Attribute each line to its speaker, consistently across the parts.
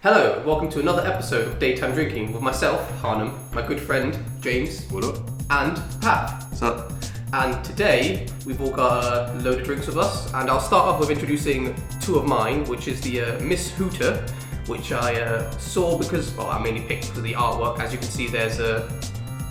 Speaker 1: Hello, and welcome to another episode of Daytime Drinking with myself, Harnum, my good friend, James,
Speaker 2: What up?
Speaker 1: and Pat.
Speaker 2: What's up?
Speaker 1: And today, we've all got a load of drinks with us, and I'll start off with introducing two of mine, which is the uh, Miss Hooter, which I uh, saw because, well, I mainly picked because of the artwork. As you can see, there's a,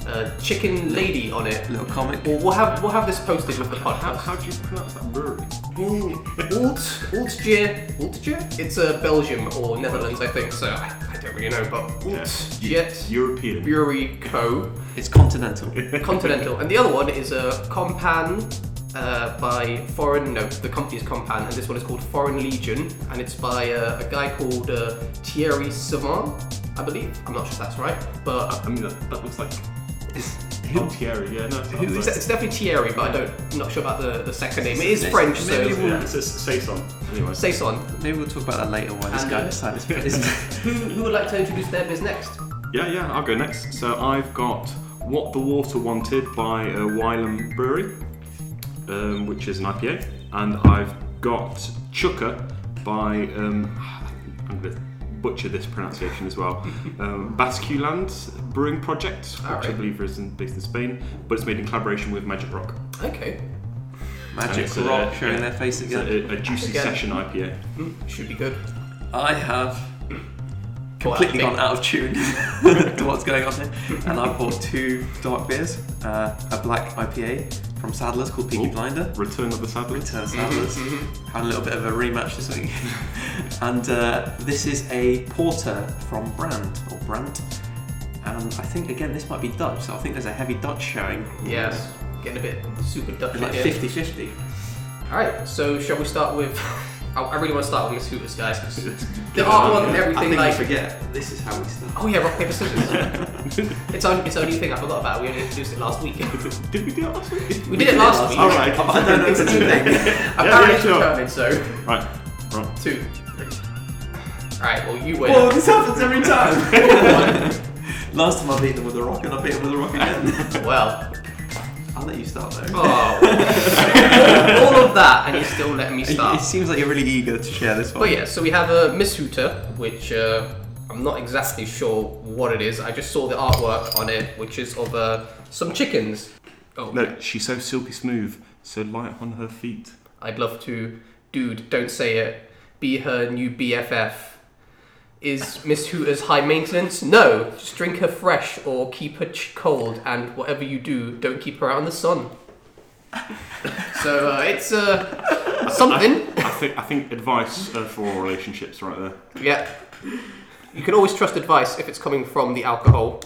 Speaker 1: a chicken lady on it.
Speaker 2: Little comic.
Speaker 1: Well, we'll have we'll have this posted with the
Speaker 2: Oh, How,
Speaker 1: podcast.
Speaker 2: how do you pronounce that brewery?
Speaker 1: Ooh, Alt, Altgeer, Altgeer? It's uh, Belgium or Netherlands, I think. So I, I don't really know, but Altgeer
Speaker 2: European.
Speaker 1: Brewery Co.
Speaker 3: It's continental.
Speaker 1: Continental, and the other one is a uh, Compan uh, by Foreign. No, the company is Compan, and this one is called Foreign Legion, and it's by uh, a guy called uh, Thierry Savant, I believe. I'm not sure if that's right, but uh,
Speaker 2: I mean, that, that looks like. Altieri, yeah, no.
Speaker 1: it's,
Speaker 2: sounds
Speaker 1: it's definitely Thierry, but I don't. I'm not sure about the, the second name. It is
Speaker 3: Maybe-
Speaker 1: French,
Speaker 3: maybe
Speaker 1: so
Speaker 3: we'll-
Speaker 2: yeah, it's a saison. Anyway.
Speaker 1: Saison.
Speaker 3: Maybe we'll talk about that later why this
Speaker 1: And,
Speaker 3: guy
Speaker 1: uh,
Speaker 3: decided to put his
Speaker 1: Who, who would like to introduce their biz next?
Speaker 2: Yeah, yeah, I'll go next. So I've got What the Water Wanted by uh, Wylam Brewery, um, which is an IPA, and I've got Chucker by, um, I'm going to butcher this pronunciation as well, um, Basculand Brewing Project, which I
Speaker 1: Alright.
Speaker 2: believe is in, based in Spain, but it's made in collaboration with Magic Rock.
Speaker 1: Okay,
Speaker 2: And
Speaker 3: magic
Speaker 2: it's a-
Speaker 3: rock showing
Speaker 2: yeah,
Speaker 3: their face
Speaker 2: It's uh,
Speaker 3: again.
Speaker 2: a, a juicy
Speaker 1: Again.
Speaker 2: session IPA.
Speaker 1: Mm, should be good.
Speaker 3: I have
Speaker 1: Well, I
Speaker 3: completely
Speaker 1: think-
Speaker 3: gone out of tune to what's going on here, and I bought two dark beers, uh, a black IPA from Saddlers called Peaky
Speaker 2: Ooh.
Speaker 3: Blinder.
Speaker 2: Return of the Saddlers.
Speaker 3: Return
Speaker 1: Mhm,
Speaker 3: Saddlers.
Speaker 1: mhm.
Speaker 3: Had a little bit of a rematch this week, and uh, this is a porter from Brand or Brandt. And I think again this might be Dutch, so I think there's a heavy Dutch showing.
Speaker 1: Yes, getting a bit super Dutch
Speaker 3: It's like
Speaker 1: here.
Speaker 3: 50-50.
Speaker 1: All right, so shall we start with? I, I really want to start with Miss Hooters, guys. The
Speaker 2: Yeah.
Speaker 1: artwork and
Speaker 3: I
Speaker 1: everything,
Speaker 3: think I
Speaker 1: like
Speaker 3: forget. This is how we start.
Speaker 1: oh yeah, rock paper scissors. it's on, it's only thing I forgot about. We only introduced it last week.
Speaker 2: Did we do that last week?
Speaker 1: We did it last week.
Speaker 2: All right.
Speaker 3: I don't know if it's a good thing.
Speaker 1: Apparently
Speaker 2: yeah,
Speaker 1: it's
Speaker 2: sure.
Speaker 1: determined. So
Speaker 2: Right. Right.
Speaker 1: two, three. All right, well you win.
Speaker 3: Well, this happens every time. Last time I beat them with a rock, and I beat them with a rock again.
Speaker 1: well,
Speaker 3: I'll let you start though.
Speaker 1: oh, all of that, and you're still letting me
Speaker 3: It
Speaker 1: start.
Speaker 3: seems like you're really eager to share this one.
Speaker 1: But yeah, so we have a Miss Hooter, which uh, I'm not exactly sure what it is. I just saw the artwork on it, which is of uh, some chickens. Oh,
Speaker 2: No, she's so silky smooth, so light on her feet.
Speaker 1: I'd love to, dude, don't say it. Be her new BFF. Is Miss Hooter's high maintenance? No. Just drink her fresh or keep her ch- cold, and whatever you do, don't keep her out in the sun. so uh, it's uh, something.
Speaker 2: I think I think advice uh, for all relationships right there.
Speaker 1: Yeah. You can always trust advice if it's coming from the alcohol.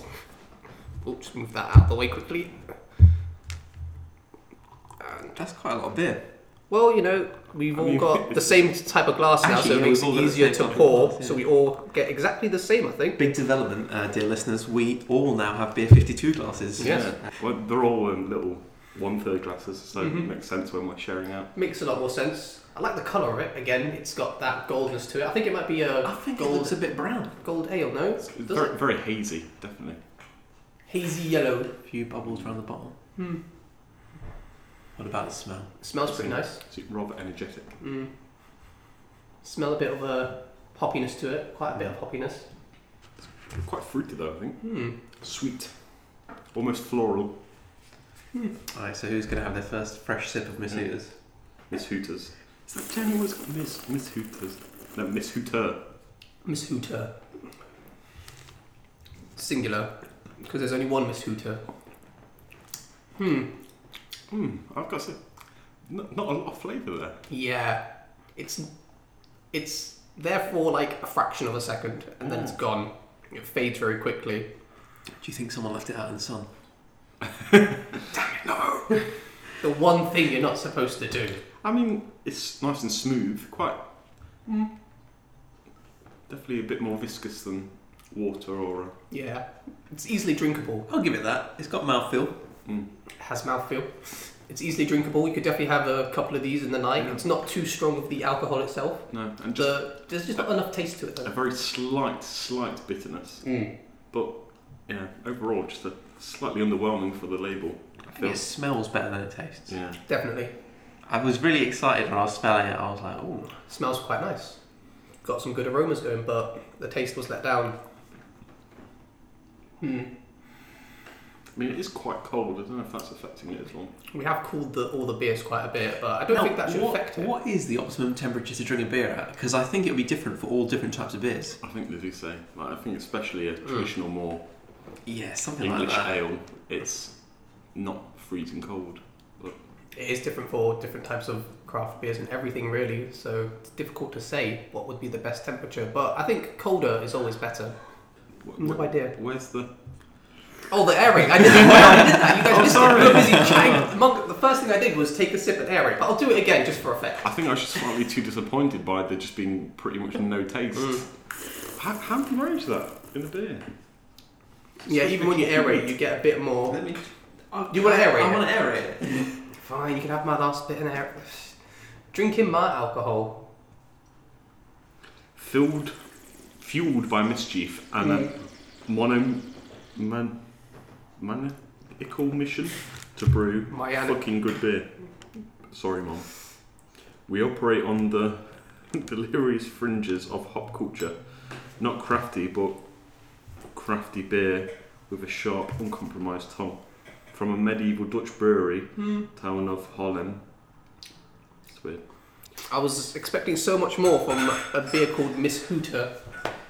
Speaker 1: Oops, move that out of the way quickly.
Speaker 3: That's quite a lot of beer.
Speaker 1: Well, you know, we've all
Speaker 2: mean-
Speaker 1: got the same type of glass now,
Speaker 3: Actually,
Speaker 1: so it
Speaker 3: yeah,
Speaker 1: makes
Speaker 3: we've all
Speaker 1: it
Speaker 3: got the
Speaker 1: easier
Speaker 3: same
Speaker 1: to
Speaker 3: type of
Speaker 1: pour,
Speaker 3: glass, yeah.
Speaker 1: so we all get exactly the same, I think.
Speaker 3: Big development, uh, dear listeners. We all now have beer 52 glasses.
Speaker 1: Yes.
Speaker 2: Well, they're all um, little one-third glasses, so
Speaker 1: Mhm.
Speaker 2: it makes sense when we're sharing out.
Speaker 1: Makes a lot more sense. I like the colour of it. Again, it's got that goldness to it. I think it might be a
Speaker 3: I think
Speaker 1: gold
Speaker 3: it looks a bit brown.
Speaker 1: gold ale, no?
Speaker 2: It's
Speaker 1: Does
Speaker 2: very,
Speaker 1: it?
Speaker 2: very hazy, definitely.
Speaker 1: Hazy yellow.
Speaker 3: A few bubbles around the bottom.
Speaker 1: Hmm.
Speaker 3: What about the smell?
Speaker 1: Smells pretty nice.
Speaker 2: It's rather energetic.
Speaker 1: Mm. Smell a bit of a poppiness to it. Quite a bit of poppiness.
Speaker 2: Quite fruity though, I think.
Speaker 1: Hmm.
Speaker 2: Sweet, almost floral.
Speaker 3: Alright, so who's going to have their first fresh sip of Miss
Speaker 2: Yeah.
Speaker 3: Hooters?
Speaker 2: Miss Hooters. Is that Jamie always got Miss Miss Hooters? No, Miss Hooter.
Speaker 1: Miss Hooter. Singular. Because there's only one Miss Hooter. Hmm.
Speaker 2: Hmm, I've got to say, not, not a lot of flavour there.
Speaker 1: Yeah. It's it's there for like a fraction of a second and then it's gone. It fades very quickly.
Speaker 3: Do you think someone left it out in the sun?
Speaker 1: The one thing you're not supposed to do.
Speaker 2: I mean, it's nice and smooth, quite. hmm, Definitely a bit more viscous than water or. um,
Speaker 1: Yeah. It's easily drinkable.
Speaker 3: I'll give it that. It's got mouthfeel.
Speaker 1: It has mouthfeel. It's easily drinkable. You could definitely have a couple of these in the night.
Speaker 2: Yeah.
Speaker 1: It's not too strong of the alcohol itself.
Speaker 2: No, and just
Speaker 1: The, there's just not enough taste to it
Speaker 2: a
Speaker 1: though.
Speaker 2: very slight, slight bitterness. But, yeah, overall, just a slightly underwhelming for the label, I
Speaker 3: I think
Speaker 2: feel.
Speaker 3: it smells better than it tastes.
Speaker 2: Yeah.
Speaker 1: Definitely.
Speaker 3: I was really excited when I was smelling it. I was like, "Oh,
Speaker 1: Smells quite nice. got some good aromas going, but the taste was let down. Hmm.
Speaker 2: I mean, it is quite cold. I don't know if that's affecting it as well.
Speaker 1: We have cooled the, all the beers quite a bit, but I don't
Speaker 3: Now,
Speaker 1: think that should
Speaker 3: what,
Speaker 1: affect it.
Speaker 3: What is the optimum temperature to drink a beer at? Because I think it'll be different for all different types of beers.
Speaker 2: I think they do say. Like, I think especially a traditional, more
Speaker 3: Yeah, Mm. something
Speaker 2: English
Speaker 3: like that.
Speaker 2: ale, it's not freezing cold.
Speaker 1: It is different for different types of craft beers and everything, really. So it's difficult to say what would be the best temperature, but I think colder is always better.
Speaker 2: Wh-
Speaker 1: No
Speaker 2: wh-
Speaker 3: Mm.
Speaker 1: idea.
Speaker 2: Where's the?
Speaker 1: Oh, the air raid! I didn't know I did that. You guys
Speaker 3: Oh,
Speaker 1: missed
Speaker 3: sorry.
Speaker 1: it. We were busy chatting. Monk, the first thing I did was take a sip at air raid, but I'll do it again just for effect.
Speaker 2: I think I was just slightly too disappointed by there just being pretty much no taste.
Speaker 3: Mm.
Speaker 2: How, how do you manage that in a beer?
Speaker 1: Yeah, even when you aerate, you get a bit more.
Speaker 3: Let me.
Speaker 1: Do you Oh, wanna aerate
Speaker 3: I
Speaker 1: it?
Speaker 3: want to aerate it.
Speaker 1: Fine, you can have my last bit in air. Drinking my alcohol.
Speaker 2: Filled, fueled by mischief and a mono man, maniacal mission to brew
Speaker 1: My ani-
Speaker 2: fucking good beer. Sorry, mom. We operate on the delirious fringes of hop culture, not crafty, but crafty beer with a sharp, uncompromised tongue. From a medieval Dutch brewery, town of Holland. It's weird.
Speaker 1: I was expecting so much more from a beer called Miss Hooter.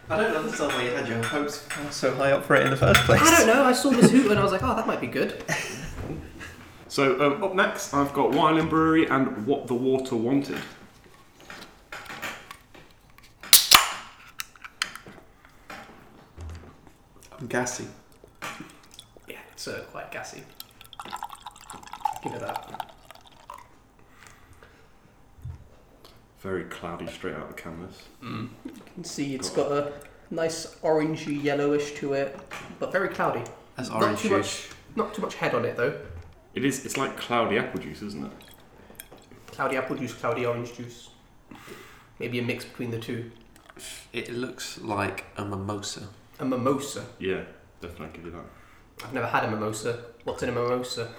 Speaker 3: I don't understand why you had your hopes so high up for it in the first place.
Speaker 1: I don't know, I saw Miss Hooter and I was like, oh, that might be good.
Speaker 2: So um, up next, I've got Wyland Brewery and What the Water Wanted.
Speaker 3: I'm gassy.
Speaker 1: Yeah, it's uh, quite gassy. Give it that.
Speaker 2: Very cloudy, straight out of the canvas.
Speaker 1: Mm. You can see it's got a nice orangey yellowish to it, but very cloudy.
Speaker 3: That's
Speaker 1: not
Speaker 3: orange
Speaker 1: too
Speaker 3: juice.
Speaker 1: much not too much head on it though.
Speaker 2: It is. It's like cloudy apple juice, isn't it?
Speaker 1: Cloudy apple juice, cloudy orange juice. Maybe a mix between the two.
Speaker 3: It looks like a mimosa.
Speaker 1: A mimosa.
Speaker 2: Yeah, definitely give you that.
Speaker 1: I've never had a mimosa. What's in a mimosa?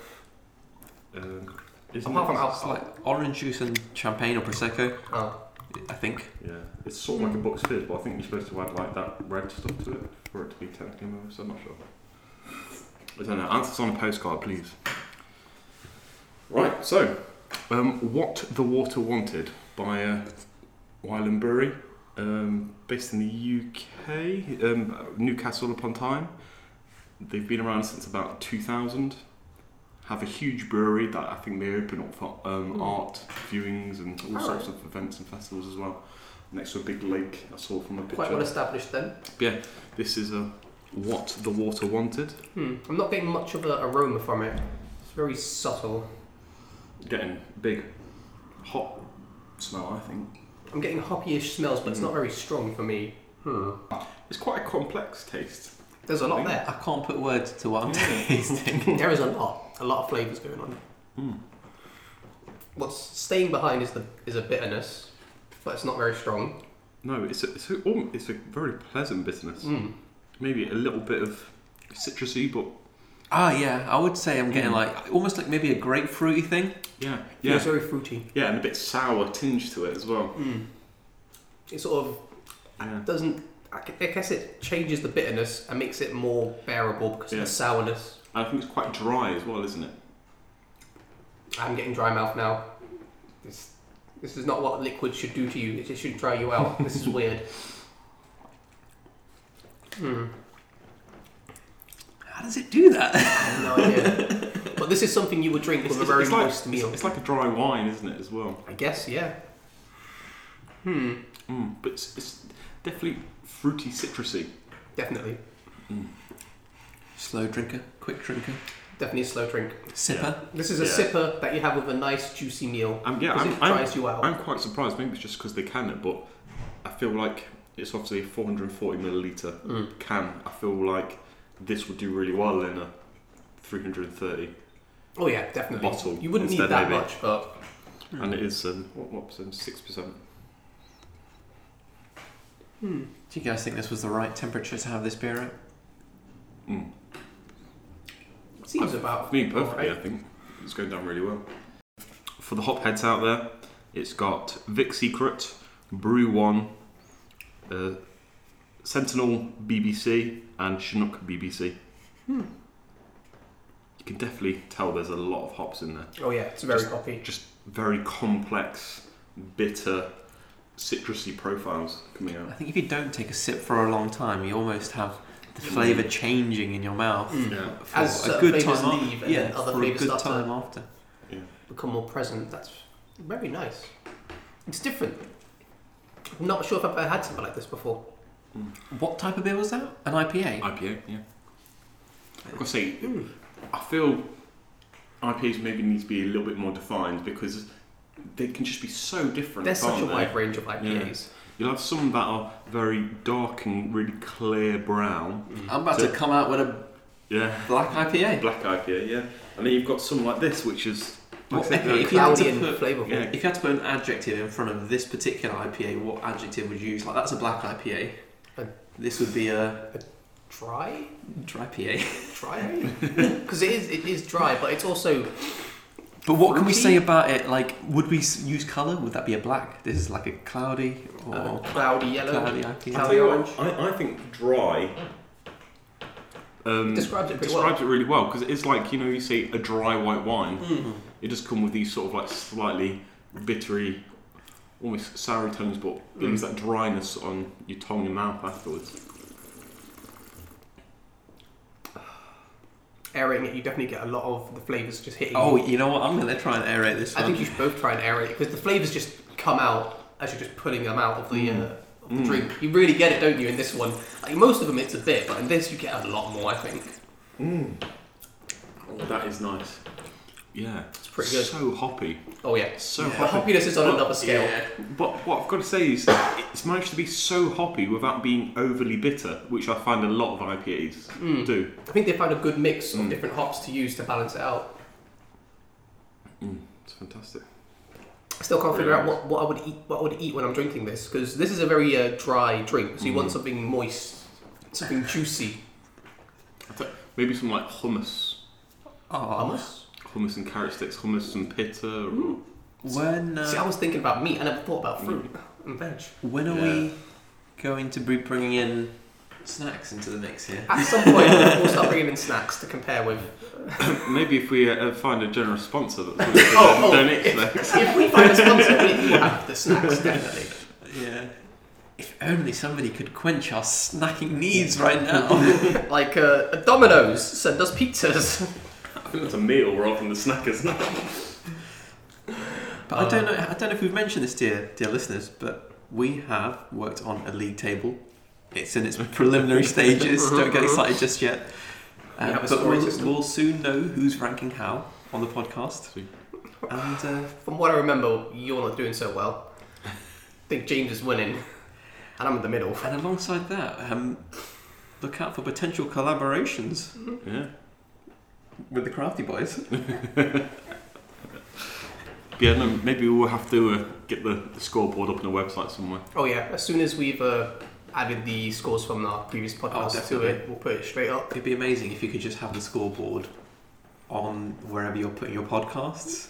Speaker 2: Um, isn't
Speaker 1: Apart
Speaker 2: it?
Speaker 1: from
Speaker 3: It's
Speaker 1: alcohol.
Speaker 3: like orange juice and champagne or prosecco.
Speaker 1: Oh.
Speaker 3: I think.
Speaker 2: Yeah, it's sort of like a box fizz, but I think you're supposed to add like that red stuff to it for it to be technically mousse. I'm not sure. I don't know. Answers on a postcard, please. Right. So, um, what the water wanted by uh, Wyland Brewery, um, based in the UK, um, Newcastle upon Tyne. They've been around since about 2000. Have a huge brewery that I think they open up for um,
Speaker 1: Hmm.
Speaker 2: art viewings and all
Speaker 1: Alright.
Speaker 2: sorts of events and festivals as well. Next to a big lake, I saw from a picture.
Speaker 1: Quite well established then.
Speaker 2: This is a what the water wanted.
Speaker 1: Hmm. I'm not getting much of an aroma from it. It's very subtle.
Speaker 2: Getting big, hot smell. I think
Speaker 1: I'm getting hoppy-ish smells, but it's not very strong for me. Hmm.
Speaker 2: it's quite a complex taste.
Speaker 1: There's a lot there.
Speaker 3: I can't put words to what I'm
Speaker 1: Oh.
Speaker 2: Yeah.
Speaker 3: tasting.
Speaker 1: there is a lot, a lot of flavors going on.
Speaker 2: Hmm.
Speaker 1: What's staying behind is the is a bitterness, but it's not very strong.
Speaker 2: No, it's a, it's a, um, it's a very pleasant bitterness.
Speaker 1: Mm.
Speaker 2: Maybe a little bit of citrusy, but
Speaker 3: Ah, yeah. I would say I'm getting
Speaker 1: Hmm.
Speaker 2: Mm.
Speaker 3: like almost like maybe a grapefruity thing.
Speaker 2: yeah,
Speaker 1: Yeah. It's
Speaker 2: yeah,
Speaker 1: very fruity.
Speaker 2: yeah, and a bit sour tinge to it as well.
Speaker 1: Mm. It sort of
Speaker 2: Yeah.
Speaker 1: doesn't. I gu- I guess it changes the bitterness and makes it more bearable because
Speaker 2: Yeah.
Speaker 1: of the sourness.
Speaker 2: And I think it's quite dry as well, isn't it?
Speaker 1: I'm getting dry mouth now. This, this is not what liquid should do to you. It just should dry you out. this is weird. Hmm.
Speaker 3: How does it do that?
Speaker 1: I have no idea. but this is something you would drink with a very
Speaker 2: like,
Speaker 1: moist meal.
Speaker 2: it's, it's like a dry wine, isn't it, as well?
Speaker 1: I guess, yeah. Hmm.
Speaker 2: Mm, but it's, it's definitely fruity, citrusy.
Speaker 1: Definitely.
Speaker 3: Slow drinker, quick drinker,
Speaker 1: Definitely a slow drink.
Speaker 3: sipper.
Speaker 1: This is a
Speaker 2: Yeah.
Speaker 1: sipper that you have with a nice juicy meal.
Speaker 2: Um, yeah,
Speaker 1: Because
Speaker 2: I'm,
Speaker 1: it
Speaker 2: I'm,
Speaker 1: dries you out.
Speaker 2: I'm quite surprised. Maybe it's just because they can it, but I feel like it's obviously a 440 milliliter
Speaker 1: Mm.
Speaker 2: can. I feel like this would do really well in a 330,
Speaker 1: Oh yeah, definitely.
Speaker 2: Bottle
Speaker 1: you wouldn't need
Speaker 2: instead,
Speaker 1: that
Speaker 2: maybe.
Speaker 1: much, but
Speaker 2: and it is um, what what percent? Six percent.
Speaker 1: hmm.
Speaker 3: Do you guys think this was the right temperature to have this beer at?
Speaker 2: Mm.
Speaker 1: it seems about.
Speaker 2: For me, perfectly.
Speaker 1: alright.
Speaker 2: I think it's going down really well. For the hop heads out there, it's got Vic Secret, Brew One, uh, Sentinel BBC and Chinook BBC.
Speaker 1: Hmm.
Speaker 2: You can definitely tell there's a lot of hops in there.
Speaker 1: Oh yeah, it's very
Speaker 2: Just-
Speaker 1: hoppy.
Speaker 2: Just very complex, bitter, citrusy profiles coming
Speaker 3: I
Speaker 2: out.
Speaker 3: think if you don't take a sip for a long time, you almost have the flavour changing in your mouth.
Speaker 1: Mm.
Speaker 2: Yeah.
Speaker 3: For
Speaker 1: As
Speaker 3: a
Speaker 1: certain
Speaker 3: good
Speaker 1: flavours
Speaker 3: time
Speaker 1: leave
Speaker 3: after.
Speaker 1: and
Speaker 3: yeah,
Speaker 1: then other
Speaker 3: for a
Speaker 1: flavours
Speaker 3: good
Speaker 1: start to-
Speaker 3: time after.
Speaker 1: Become more present. That's very nice. It's different. I'm not sure if I've ever had something like this before.
Speaker 3: What type of beer was that? An IPA.
Speaker 2: IPA, yeah. I've got to say,
Speaker 1: Mm.
Speaker 2: I feel IPAs maybe need to be a little bit more defined because they can just be so different.
Speaker 1: There's such a
Speaker 2: can't they?
Speaker 1: wide range of IPAs.
Speaker 2: You'll have some that are very dark and really clear brown.
Speaker 3: I'm about
Speaker 2: So-
Speaker 3: to come out with a
Speaker 2: Yeah.
Speaker 3: black IPA.
Speaker 2: Black IPA, yeah. And then you've got some like this, which is.
Speaker 3: Well,
Speaker 2: like I said,
Speaker 3: if-
Speaker 2: very
Speaker 3: if you
Speaker 2: clear.
Speaker 3: had
Speaker 1: Cloudy
Speaker 3: to
Speaker 1: and
Speaker 3: put-
Speaker 1: flavourful.
Speaker 2: yeah.
Speaker 3: If you had to put an adjective in front of this particular IPA, what adjective would you use? Like that's a black IPA.
Speaker 1: A-
Speaker 3: This would be a
Speaker 1: Dry,
Speaker 3: dry IPA.
Speaker 1: dry, because it is it is dry, but it's also
Speaker 3: But what can we
Speaker 1: Fruity?
Speaker 3: say about it? Like, would we s- use colour? Would that be a black? This is like a cloudy or
Speaker 1: uh, cloudy yellow.
Speaker 3: cloudy IPA.
Speaker 2: I'll
Speaker 1: Cloudy
Speaker 2: tell you
Speaker 1: orange.
Speaker 2: what, I, I think dry. Um,
Speaker 1: Describes it pretty
Speaker 2: describes it really well because it's like you know you say a dry white wine.
Speaker 1: well. Mm.
Speaker 2: It does come with these sort of like slightly bittery, almost sour tones, but
Speaker 1: Mm.
Speaker 2: leaves that dryness on your tongue and mouth afterwards.
Speaker 1: Airing it, you definitely get a lot of the flavours just hitting.
Speaker 3: Oh,
Speaker 1: you.
Speaker 3: you know what? I'm going to try and aerate this
Speaker 1: I
Speaker 3: one.
Speaker 1: think you should both try and aerate it because the flavours just come out as you're just pulling them out of the, uh,
Speaker 2: Mm.
Speaker 1: of the
Speaker 2: Mm.
Speaker 1: drink. You really get it, don't you? In this one, like most of them, it's a bit, but in this, you get a lot more. I think
Speaker 2: Oh, that is nice. Yeah,
Speaker 1: it's pretty good.
Speaker 2: So hoppy,
Speaker 1: Oh yeah,
Speaker 2: so
Speaker 1: the
Speaker 2: hoppy.
Speaker 1: hoppiness is on
Speaker 2: Well,
Speaker 1: another scale.
Speaker 3: Yeah.
Speaker 2: But what I've got to say is, it's managed to be so hoppy without being overly bitter, which I find a lot of IPAs
Speaker 1: Mm.
Speaker 2: do.
Speaker 1: I think they found a good mix of
Speaker 3: Hmm.
Speaker 2: Mm.
Speaker 1: different hops to use to balance it out.
Speaker 2: It's fantastic.
Speaker 1: I still can't figure
Speaker 2: Really
Speaker 1: out what, what I would eat. What I would eat when I'm drinking this because this is a very uh, dry drink, so you
Speaker 3: Hmm.
Speaker 1: want
Speaker 2: Mm.
Speaker 1: something moist, something juicy.
Speaker 2: Maybe some like hummus,
Speaker 3: Oh,
Speaker 1: Hummus.
Speaker 2: hummus and carrot sticks, hummus and pita. Or,
Speaker 1: Mm.
Speaker 3: when
Speaker 1: See, I
Speaker 3: uh,
Speaker 1: was thinking about meat. I never thought about fruit
Speaker 3: Hmm.
Speaker 1: and veg.
Speaker 3: when are
Speaker 2: Yeah.
Speaker 3: we going to be bringing in snacks into the mix here?
Speaker 1: At some point, we'll start bringing in snacks to compare with.
Speaker 2: Maybe if we uh, find a generous sponsor that's going to
Speaker 1: Oh, oh.
Speaker 2: donate to that.
Speaker 1: If we find a sponsor, we'll have the snacks definitely.
Speaker 3: Yeah. If only somebody could quench our snacking needs right now.
Speaker 1: Like uh, Domino's send us pizzas.
Speaker 2: I think that's a meal rather than the snack, isn't it?
Speaker 3: But I don't
Speaker 1: Um,
Speaker 3: know. I don't know if we've mentioned this, dear dear listeners, but we have worked on a league table. It's in its preliminary stages. Don't get excited just yet. Uh,
Speaker 1: We have a
Speaker 3: but
Speaker 1: scoring
Speaker 3: we'll,
Speaker 1: system.
Speaker 3: we'll soon know who's ranking how on the podcast.
Speaker 2: Sweet.
Speaker 3: And uh,
Speaker 1: From what I remember, you're not doing so well. I think James is winning, and I'm in the middle.
Speaker 3: and alongside that, um, look out for potential collaborations
Speaker 2: Yeah.
Speaker 3: with the Crafty Boys.
Speaker 2: But yeah, no, maybe we'll have to uh, get the, the scoreboard up on a website somewhere.
Speaker 1: Oh yeah, as soon as we've uh, added the scores from our previous podcast to
Speaker 3: Oh, definitely.
Speaker 1: it, we'll put it straight up.
Speaker 3: It'd be amazing if you could just have the scoreboard on wherever you're putting your podcasts,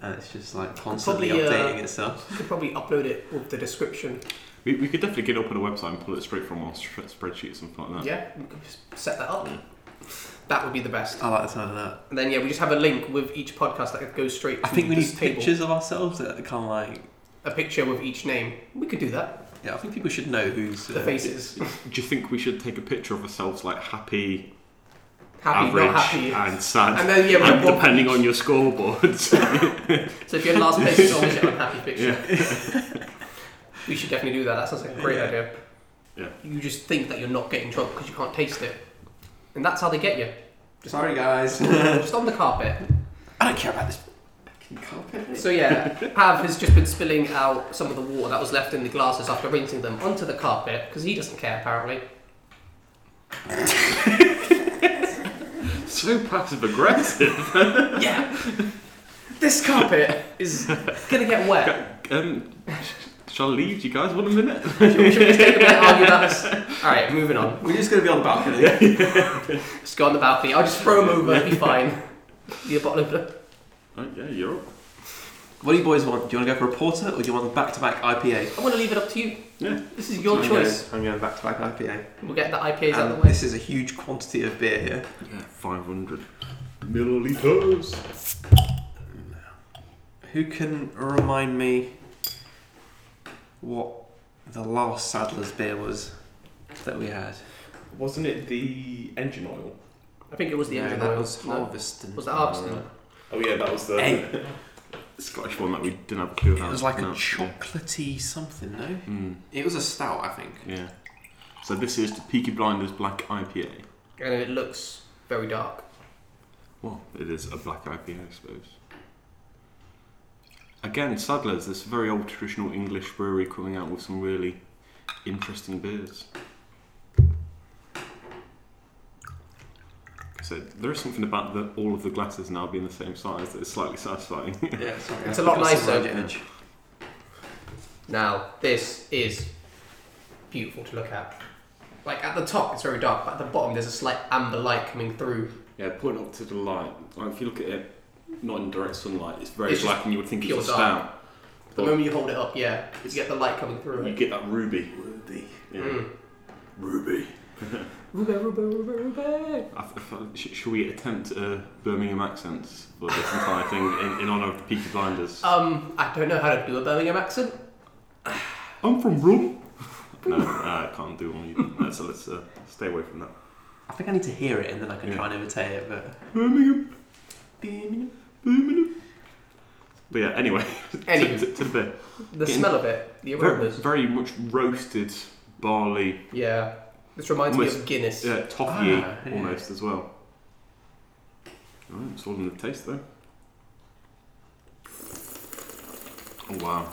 Speaker 3: and it's just like constantly
Speaker 1: Probably, uh,
Speaker 3: updating itself.
Speaker 1: You could probably upload it with the description.
Speaker 2: We, we could definitely get it up on a website and pull it straight from our sp- spreadsheet or something like that.
Speaker 1: Yeah, we could just set that
Speaker 3: Mm.
Speaker 1: up. That would be the best.
Speaker 3: I like the sound of that.
Speaker 1: And then yeah, we just have a link with each podcast that goes straight.
Speaker 3: I
Speaker 1: to
Speaker 3: think we
Speaker 1: this
Speaker 3: need
Speaker 1: table.
Speaker 3: pictures of ourselves that are kind of like.
Speaker 1: A picture with each name. We could do that.
Speaker 3: Yeah, I think people should know who's.
Speaker 1: The
Speaker 3: uh,
Speaker 1: faces.
Speaker 2: Do you think we should take a picture of ourselves like happy,
Speaker 1: Happy,
Speaker 2: average,
Speaker 1: not happy.
Speaker 2: and sad?
Speaker 1: And then yeah, we
Speaker 2: and
Speaker 1: have one.
Speaker 2: depending on your scoreboards.
Speaker 1: So if you're in last place, it's always an unhappy picture.
Speaker 2: yeah.
Speaker 1: We should definitely do that. That sounds like a great
Speaker 3: Yeah.
Speaker 1: idea.
Speaker 2: Yeah.
Speaker 1: You just think that you're not getting drunk because you can't taste it, and that's how they get you. Just,
Speaker 3: Sorry, guys. I
Speaker 1: just on the carpet.
Speaker 3: don't care about this. fucking carpet.
Speaker 1: So yeah, Pav has just been spilling out some of the water that was left in the glasses after rinsing them onto the carpet because he doesn't care apparently.
Speaker 2: So passive aggressive.
Speaker 1: Yeah. This carpet is gonna get wet.
Speaker 2: um, shall I leave you guys one minute?
Speaker 1: Should we just take a minute and argue about this? All right, moving on.
Speaker 3: We're just going to be on the balcony.
Speaker 1: Just go on the balcony. I'll just throw him over. It'll be fine. Be a bottle of
Speaker 2: Right, yeah, you're up.
Speaker 3: What do you boys want? Do you want to go for a porter or do you want a back-to-back IPA?
Speaker 1: I want to leave it up to you.
Speaker 2: Yeah.
Speaker 1: This is your
Speaker 3: I'm
Speaker 1: choice.
Speaker 3: Going, I'm going back-to-back IPA.
Speaker 1: We'll get the IPAs out
Speaker 3: And
Speaker 1: of the way.
Speaker 3: this is a huge quantity of beer here.
Speaker 2: Yeah, 500 milliliters.
Speaker 3: Who can remind me what the last Sadler's beer was that we had?
Speaker 2: Wasn't it the engine oil?
Speaker 1: I think it was the
Speaker 3: No,
Speaker 1: engine
Speaker 3: that
Speaker 1: oil.
Speaker 3: was
Speaker 1: No.
Speaker 3: Harveston.
Speaker 1: Was that Harveston?
Speaker 2: Oh yeah, that was the
Speaker 3: Hey.
Speaker 2: Scottish one that we didn't have a clue about.
Speaker 3: It was like
Speaker 2: No.
Speaker 3: a chocolatey something, no?
Speaker 2: Yeah. Mm,
Speaker 3: It was a stout, I think.
Speaker 2: yeah. So this is the Peaky Blinders Black IPA.
Speaker 1: And it looks very dark.
Speaker 2: Well, it is a black IPA, I suppose. Again, Sadler's, this very old traditional English brewery coming out with some really interesting beers. So there is something about the, all of the glasses now being the same size that is slightly satisfying.
Speaker 3: Yeah, sorry.
Speaker 1: It's
Speaker 3: I
Speaker 1: a lot
Speaker 3: got some
Speaker 1: nicer.
Speaker 3: rounded edge.
Speaker 1: Now, this is beautiful to look at. Like at the top, it's very dark, but at the bottom, there's a slight amber light coming through.
Speaker 2: yeah, point up to the light. Like if you look at it, not in direct sunlight, it's very
Speaker 1: It's just
Speaker 2: black, and you would think it's
Speaker 1: pure
Speaker 2: a
Speaker 1: dark.
Speaker 2: stout.
Speaker 1: The
Speaker 2: But-
Speaker 1: moment you hold it up, yeah, you get the light coming through.
Speaker 2: You
Speaker 1: it.
Speaker 2: get that ruby.
Speaker 3: Ruby.
Speaker 2: Yeah.
Speaker 1: Mm.
Speaker 2: Ruby.
Speaker 1: Rube, rube, rube, rube.
Speaker 2: I th- I thought- sh- Shall we attempt uh, Birmingham accents for this entire thing in, in honour of the Peaky Blinders?
Speaker 1: Um, I don't know how to do a Birmingham accent.
Speaker 2: I'm from Brum. no, I can't do one. either. No, so let's uh, stay away from that.
Speaker 3: I think I need to hear it and then I can
Speaker 2: Yeah.
Speaker 3: try and imitate it, but.
Speaker 2: Birmingham, Birmingham. But yeah, anyway, to,
Speaker 1: Anywho.
Speaker 2: to, to the beer.
Speaker 1: The
Speaker 2: Yeah.
Speaker 1: smell of it, the
Speaker 2: Very,
Speaker 1: aromas.
Speaker 2: very much roasted barley,
Speaker 1: Yeah, this reminds me
Speaker 2: Almost-
Speaker 1: of Guinness.
Speaker 2: uh, toffee
Speaker 3: Ah, yeah.
Speaker 2: almost as well. Alright, it's all in the taste though. Oh wow.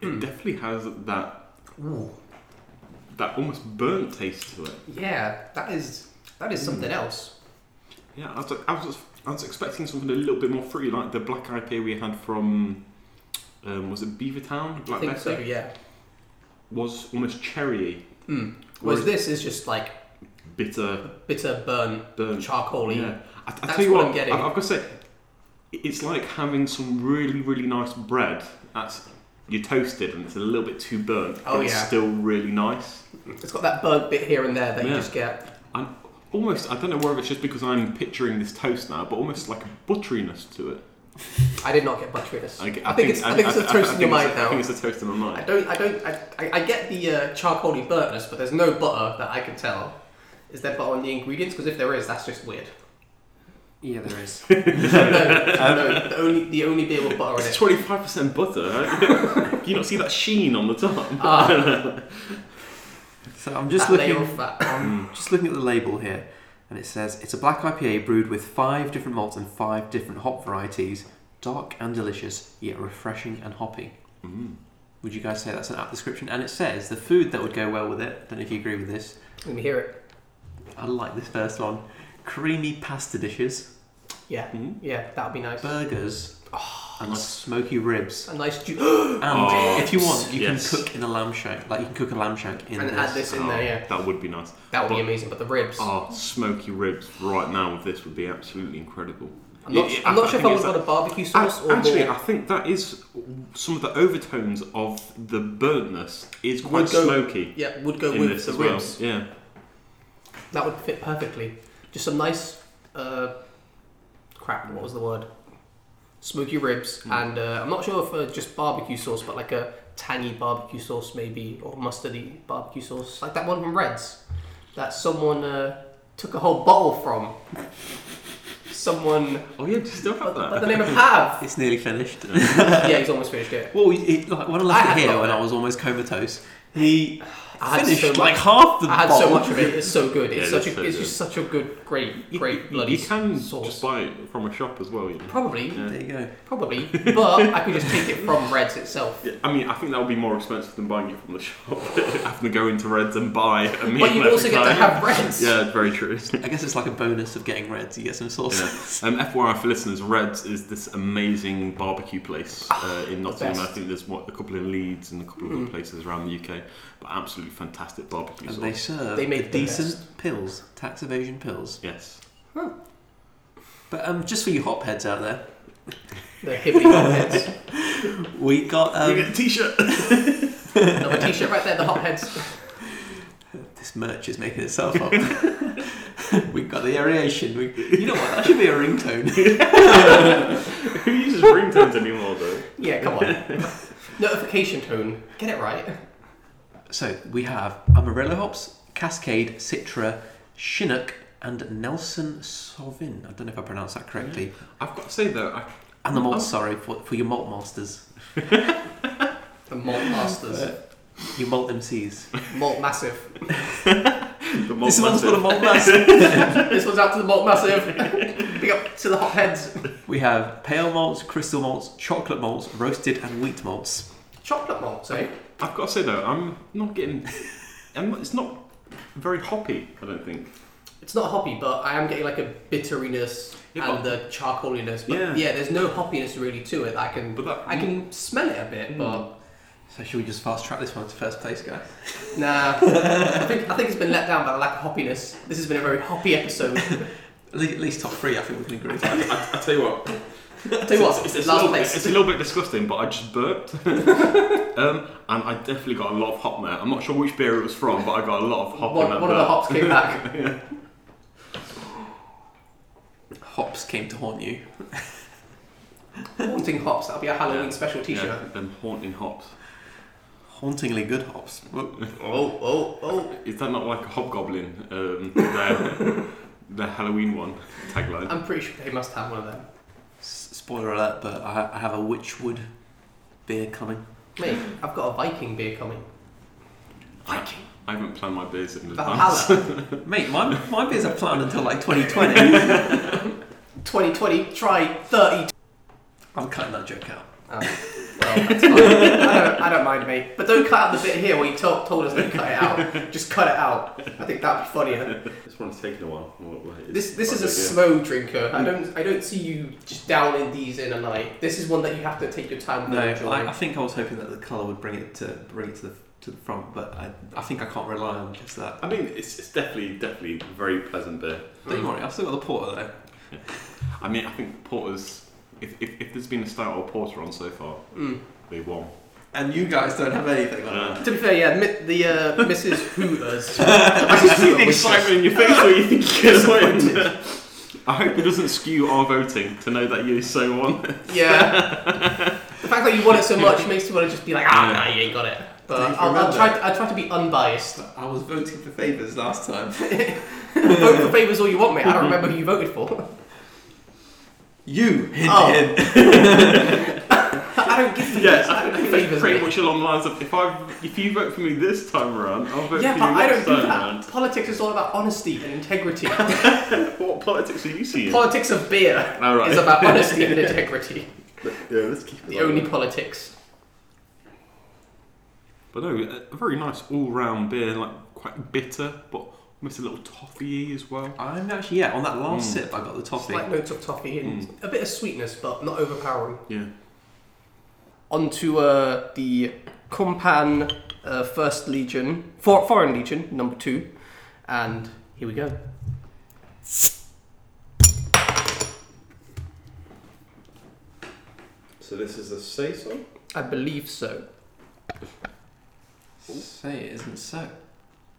Speaker 2: It
Speaker 1: Hmm.
Speaker 2: definitely has that
Speaker 3: Ooh.
Speaker 2: that almost burnt taste to it.
Speaker 1: Yeah, that is that is something
Speaker 2: Mm.
Speaker 1: else.
Speaker 2: Yeah, I was, I was, I was expecting something a little bit more fruity, like the black IPA we had from, um, was it Beavertown?
Speaker 1: I
Speaker 2: Black
Speaker 1: think
Speaker 2: Betty?
Speaker 1: so. Yeah.
Speaker 2: Was almost cherry,
Speaker 1: Mm.
Speaker 2: Whereas-
Speaker 1: Whereas this is just like
Speaker 2: bitter,
Speaker 1: bitter burn,
Speaker 2: burnt.
Speaker 1: charcoaly.
Speaker 2: Yeah. I, I
Speaker 1: That's
Speaker 2: tell you
Speaker 1: what
Speaker 2: what,
Speaker 1: I'm getting.
Speaker 2: I, have got to say, it's like having some really, really nice bread that's you're toasted and it's a little bit too burnt,
Speaker 1: Oh,
Speaker 2: but it's
Speaker 1: yeah.
Speaker 2: still really nice.
Speaker 1: It's got that burnt bit here and there that
Speaker 2: Yeah.
Speaker 1: you just get.
Speaker 2: Almost, I don't know whether it's just because I'm picturing this toast now, but almost like a butteriness to it.
Speaker 1: I did not get butteriness.
Speaker 2: I,
Speaker 1: I, think it's I, think it's a toast in your
Speaker 2: think it's-
Speaker 1: mind
Speaker 2: I
Speaker 1: now.
Speaker 2: think it's a toast in my
Speaker 1: I
Speaker 2: mind.
Speaker 1: don't I don't I, I, I get the uh, charcoaly burntness, but there's no butter that I can tell. Is there butter on the ingredients? Because if there is, that's just weird.
Speaker 3: Yeah, there is.
Speaker 1: no, no, the only the only beer with butter in
Speaker 2: It's
Speaker 1: it.
Speaker 2: twenty five percent butter. huh? you not see that sheen on the top?
Speaker 1: Ah,
Speaker 3: so I'm just
Speaker 1: that layer
Speaker 3: looking.
Speaker 1: of fat.
Speaker 3: I'm just looking at the label here, and it says it's a black IPA brewed with five different malts and five different hop varieties, dark and delicious, yet refreshing and hoppy.
Speaker 2: Mm.
Speaker 3: Would you guys say that's an apt description? And it says the food that would go well with it. Don't know if you agree with this.
Speaker 1: Let me hear it.
Speaker 3: I like this first one: creamy pasta dishes,
Speaker 1: Yeah,
Speaker 2: Mm.
Speaker 1: yeah, that would be nice.
Speaker 3: burgers, and
Speaker 2: nice.
Speaker 3: smoky ribs.
Speaker 1: A nice juice.
Speaker 3: And
Speaker 2: Oh,
Speaker 3: Um, if you want, you
Speaker 2: yes.
Speaker 3: can cook in a lamb shank. Like you can cook a lamb shank in
Speaker 1: And
Speaker 3: this.
Speaker 1: add this in there, yeah.
Speaker 2: Ah, That would be nice.
Speaker 1: That would be amazing. But the ribs.
Speaker 2: Oh, smoky ribs right now with this would be absolutely incredible.
Speaker 1: I'm not,
Speaker 2: Yeah,
Speaker 1: I'm
Speaker 2: I-
Speaker 1: not sure
Speaker 2: I
Speaker 1: if
Speaker 2: think
Speaker 1: I would
Speaker 2: it's
Speaker 1: want a barbecue
Speaker 2: Ac-
Speaker 1: sauce or
Speaker 2: Actually,
Speaker 1: more.
Speaker 2: I think that is some of the overtones of the burntness is quite
Speaker 1: Would go
Speaker 2: smoky
Speaker 1: Yeah, would go
Speaker 2: in
Speaker 1: with
Speaker 2: this
Speaker 1: the
Speaker 2: as well.
Speaker 1: ribs.
Speaker 2: Yeah,
Speaker 1: That would fit perfectly. Just some nice, uh, crap. What was the word? Smoky ribs,
Speaker 2: Mm.
Speaker 1: and uh, I'm not sure if uh, just barbecue sauce, but like a tangy barbecue sauce maybe, or mustardy barbecue sauce, like that one from Reds, that someone uh, took a whole bottle from. Someone,
Speaker 2: Oh yeah, just don't have
Speaker 1: but
Speaker 2: that.
Speaker 1: the name of Hav.
Speaker 3: It's nearly finished.
Speaker 1: yeah, he's almost finished it.
Speaker 3: Well, it, like, when I
Speaker 1: I
Speaker 3: left
Speaker 1: had
Speaker 3: it here
Speaker 1: got
Speaker 3: when
Speaker 1: that.
Speaker 3: I was almost comatose, he
Speaker 1: I had
Speaker 3: finished
Speaker 1: so
Speaker 3: like
Speaker 1: much.
Speaker 3: half the
Speaker 1: I had so
Speaker 3: bottle.
Speaker 1: much of it. It's so good. It's
Speaker 2: Yeah,
Speaker 1: such
Speaker 2: that's
Speaker 1: a.
Speaker 2: so
Speaker 1: It's
Speaker 2: good.
Speaker 1: just such a good, great,
Speaker 2: You-
Speaker 1: great
Speaker 2: you,
Speaker 1: bloody
Speaker 2: you can
Speaker 1: sauce.
Speaker 2: just buy it from a shop as well. You know?
Speaker 1: Probably,
Speaker 2: Yeah.
Speaker 3: There you go.
Speaker 1: probably, but I could just take it from Reds itself.
Speaker 2: Yeah, I mean, I think that would be more expensive than buying it from the shop. Having to go into Reds and buy a meal.
Speaker 1: But you
Speaker 2: every
Speaker 1: also get to
Speaker 2: time.
Speaker 1: have Reds.
Speaker 2: Yeah, it's very true.
Speaker 3: I guess it's like a bonus of getting red to get some sauce.
Speaker 2: Yeah. Um, FYI for listeners, Reds is this amazing barbecue place uh, in Nottingham. I
Speaker 1: best.
Speaker 2: think there's what a couple in Leeds and a couple of
Speaker 1: Mm.
Speaker 2: other places around the UK, but absolutely fantastic barbecue
Speaker 3: And
Speaker 2: sauce.
Speaker 3: they serve
Speaker 1: They make
Speaker 3: the
Speaker 1: the
Speaker 3: decent pills, tax evasion pills.
Speaker 2: Yes.
Speaker 3: But um, just for you hopheads out there,
Speaker 1: The hippie hotheads.
Speaker 3: We got
Speaker 2: you
Speaker 3: um,
Speaker 2: get a t-shirt.
Speaker 1: Another t-shirt right there. The hotheads.
Speaker 3: this merch is making itself up. we got the aeration. We, you know what? That should be a ringtone.
Speaker 2: Who uses ringtones anymore, though?
Speaker 1: Yeah, come on. Notification tone. Get it right.
Speaker 3: so we have Amarillo hops, Cascade, Citra, Chinook, and Nelson Sauvin. I don't know if I pronounced that correctly.
Speaker 2: I've got to say though, I,
Speaker 3: And the malt,
Speaker 2: Oh.
Speaker 3: sorry, for, for your malt masters,
Speaker 1: The malt masters.
Speaker 3: your malt MCs.
Speaker 1: Malt massive.
Speaker 2: the
Speaker 3: this one's
Speaker 2: master-
Speaker 3: for the malt master.
Speaker 1: This one's out to the malt massive. Big up to the hotheads.
Speaker 3: we have pale malts, crystal malts, chocolate malts, roasted and wheat malts.
Speaker 1: Chocolate malt, eh?
Speaker 2: I've got to say though, I'm not getting. I'm not, it's not very hoppy. I don't think.
Speaker 1: It's not hoppy, but I am getting like a bitteriness
Speaker 2: Yeah,
Speaker 1: and the charcoaliness. But
Speaker 2: Yeah.
Speaker 1: yeah. there's no hoppiness really to it. I can
Speaker 2: But that-
Speaker 1: I can smell it a bit, but
Speaker 3: So should we just fast track this one to first place, guys?
Speaker 1: nah. I think I think it's been let down by the lack of hoppiness. This has been a very hoppy episode.
Speaker 3: At least, at least top three, I think we can agree.
Speaker 2: I, I, I tell you what,
Speaker 1: I'll tell you what,
Speaker 2: it's, a
Speaker 1: last
Speaker 2: little,
Speaker 1: place.
Speaker 2: it's a little bit disgusting, but I just burped, um, and I definitely got a lot of hop in there. I'm not sure which beer it was from, but I got a lot of hop in
Speaker 1: one
Speaker 2: that
Speaker 1: one of the
Speaker 2: burp.
Speaker 1: hops came back.
Speaker 3: Hops came to haunt you.
Speaker 1: Haunting hops, that'll be a Halloween special t shirt.
Speaker 2: Yeah, them haunting hops.
Speaker 3: Hauntingly good hops. Whoa.
Speaker 1: Oh, oh, oh.
Speaker 2: Is that not like a hobgoblin? Um, their, their Halloween one tagline.
Speaker 1: I'm pretty sure they must have one of them.
Speaker 3: S- Spoiler alert, but I, I have a Witchwood beer coming.
Speaker 1: Mate, I've got a Viking beer coming.
Speaker 2: Viking. I haven't planned my beers in advance.
Speaker 1: Valhalla.
Speaker 3: Mate, my, my beers are planned until like 2020.
Speaker 1: 2020, try 30.
Speaker 3: I'm cutting that joke out.
Speaker 1: Oh, well, that's fine. I, don't, I don't mind, mate. But don't cut out the bit here where you told told us to cut it out. Just cut it out. I think that'd be funnier.
Speaker 2: This one's taken a while. Well, well, it's-
Speaker 1: This this is a
Speaker 2: I'll take it.
Speaker 1: slow drinker. I don't I don't see you just downing these in a night. This is one that you have to take your time with.
Speaker 3: No,
Speaker 1: and enjoy. Mm.
Speaker 3: I, I think I was hoping that the colour would bring it to bring it to the to the front, but I, I think I can't rely on just that.
Speaker 2: I mean, it's, it's definitely, definitely a very pleasant beer.
Speaker 3: Don't worry, I've still got the porter though.
Speaker 2: I mean, I think porters. If, if, if there's been a stout or porter on so far,
Speaker 1: Mm.
Speaker 2: they won.
Speaker 3: And you guys don't have anything like
Speaker 2: Uh,
Speaker 1: To be fair, yeah, mi- the uh, Mrs. Hooters.
Speaker 2: I can see the excitement in your face when you think you're going to win. I hope it doesn't skew our voting to know that you so won.
Speaker 1: Yeah. the fact that you want it so much makes me want to just be like, ah,
Speaker 2: Yeah.
Speaker 1: nah, you ain't got it.
Speaker 3: Do
Speaker 1: But
Speaker 3: you
Speaker 1: I'll, I'll
Speaker 3: remember?
Speaker 1: try. To, I'll try to be unbiased.
Speaker 3: that. I was voting for favours last time.
Speaker 1: Vote for favours all you want, mate. I don't remember who you voted for.
Speaker 3: You hint
Speaker 1: Oh.
Speaker 3: hint.
Speaker 1: I don't give favours.
Speaker 2: Yeah,
Speaker 1: I don't give
Speaker 2: it's
Speaker 1: favours.
Speaker 2: pretty
Speaker 1: mate.
Speaker 2: much along the lines of if I if you vote for me this time around, I'll vote
Speaker 1: Yeah,
Speaker 2: for
Speaker 1: but
Speaker 2: you
Speaker 1: I don't
Speaker 2: next
Speaker 1: do
Speaker 2: time
Speaker 1: that.
Speaker 2: around.
Speaker 1: Politics is all about honesty and integrity.
Speaker 2: What politics are you seeing?
Speaker 1: politics of beer
Speaker 2: All right.
Speaker 1: is about honesty and integrity.
Speaker 2: yeah, let's keep it
Speaker 1: The
Speaker 2: like
Speaker 1: only
Speaker 2: that.
Speaker 1: politics.
Speaker 2: But no, a- a very nice all-round beer, like quite bitter, but almost a little toffee as well.
Speaker 3: I'm actually yeah. On that last
Speaker 2: Mm.
Speaker 1: Hmm.
Speaker 3: sip, I got the toffee.
Speaker 1: Slight notes of toffee and
Speaker 2: Hmm.
Speaker 1: a bit of sweetness, but not overpowering.
Speaker 2: Yeah.
Speaker 1: On to uh, the Kumpan uh, First Legion, for, Foreign Legion, number two. And here we go.
Speaker 2: So this is a saison.
Speaker 1: I believe so.
Speaker 3: Say it isn't so.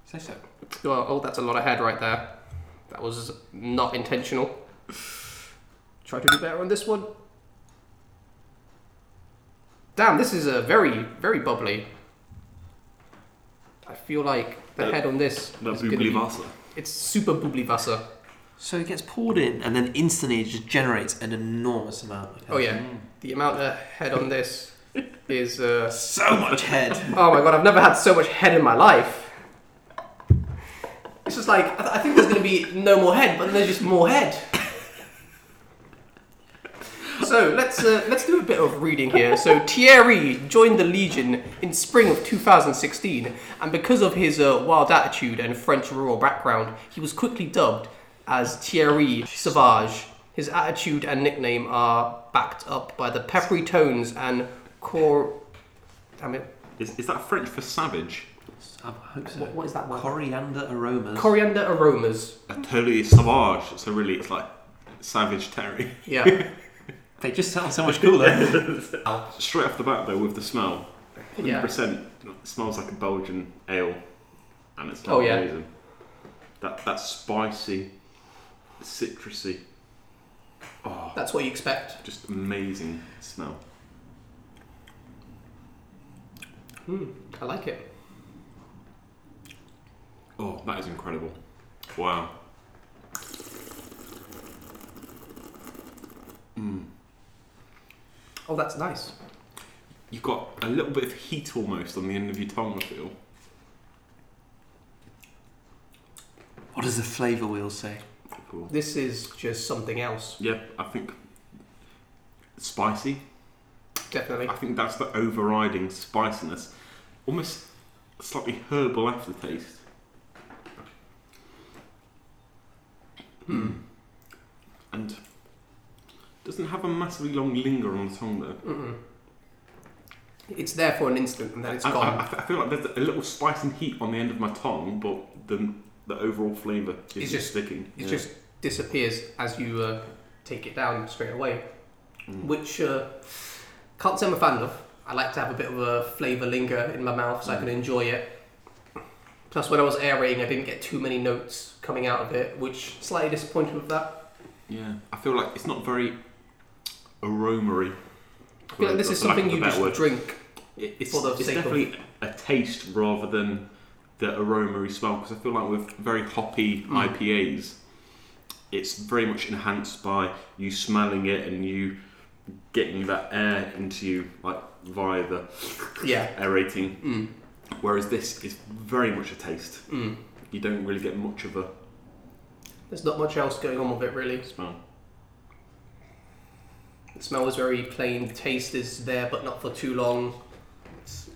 Speaker 3: Say so.
Speaker 1: Well, oh, that's a lot of head right there. That was not intentional. Try to do better on this one. Damn, this is a very, very bubbly. I feel like the
Speaker 2: That-
Speaker 1: head on this
Speaker 2: That's
Speaker 1: is gonna
Speaker 2: Bubli
Speaker 1: be-
Speaker 2: Vasa.
Speaker 1: It's super bubbly Wasser.
Speaker 3: So it gets poured in, and then instantly it just generates an enormous amount. Of
Speaker 1: Oh yeah, the amount of head on this is. Uh,
Speaker 3: So much head.
Speaker 1: Oh my god, I've never had so much head in my life. It's just like, I, th- I think there's going to be no more head, but there's just more head. So let's uh, let's do a bit of reading here. So Thierry joined the Legion in spring of 2016, and because of his uh, wild attitude and French rural background, he was quickly dubbed as Thierry Sauvage. His attitude and nickname are backed up by the peppery tones and core. Damn it,
Speaker 2: Is, is that French for savage?
Speaker 3: I hope so.
Speaker 1: What- what is that word?
Speaker 3: Coriander aromas.
Speaker 1: Coriander aromas.
Speaker 2: A totally savage. So really, it's like savage Terry.
Speaker 1: Yeah.
Speaker 3: They just sound so much cooler.
Speaker 2: Uh, Straight off the bat, though, with the smell,
Speaker 1: Yeah.
Speaker 2: 100% it smells like a Belgian ale, and it's
Speaker 1: Oh, yeah.
Speaker 2: amazing. That that spicy, citrusy, oh,
Speaker 1: That's what you expect.
Speaker 2: just amazing smell.
Speaker 1: Hmm, I like it.
Speaker 2: Oh, that is incredible! Wow. Mm.
Speaker 1: Oh, that's nice.
Speaker 2: You've got a little bit of heat almost on the end of your tongue. I feel.
Speaker 3: what does the flavour wheel say?
Speaker 2: Cool.
Speaker 1: This is just something else,
Speaker 2: Yeah, I think spicy.
Speaker 1: definitely.
Speaker 2: I think that's the overriding spiciness, almost slightly herbal aftertaste.
Speaker 1: Hmm.
Speaker 2: And doesn't have a massively long linger on the tongue though.
Speaker 1: Mm-mm. It's there for an instant and then it's
Speaker 2: I,
Speaker 1: gone.
Speaker 2: I, I feel like there's a little spice and heat on the end of my tongue, but the the overall flavour is
Speaker 1: It's just-
Speaker 2: sticking.
Speaker 1: it
Speaker 2: Yeah.
Speaker 1: just disappears as you uh, take it down straight away,
Speaker 2: Mm.
Speaker 1: which uh, can't say I'm a fan of. I like to have a bit of a flavour linger in my mouth so I can enjoy it. Plus, when I was aerating, I didn't get too many notes coming out of it, which slightly disappointed with that.
Speaker 2: yeah. I feel like it's not very aromery.
Speaker 1: I feel like this is something you just drink.
Speaker 2: It- it's,
Speaker 1: for the
Speaker 2: it's
Speaker 1: sake of-
Speaker 2: definitely a taste rather than the aromary smell because I feel like with very hoppy
Speaker 1: Mm.
Speaker 2: IPAs, it's very much enhanced by you smelling it and you getting that air into you like via the
Speaker 1: Yeah.
Speaker 2: aerating.
Speaker 1: Mm.
Speaker 2: Whereas this is very much a taste.
Speaker 1: Mm.
Speaker 2: You don't really get much of a
Speaker 1: There's not much else going on with it, really.
Speaker 2: smell.
Speaker 1: The smell is very plain. The taste is there, but not for too long. It's-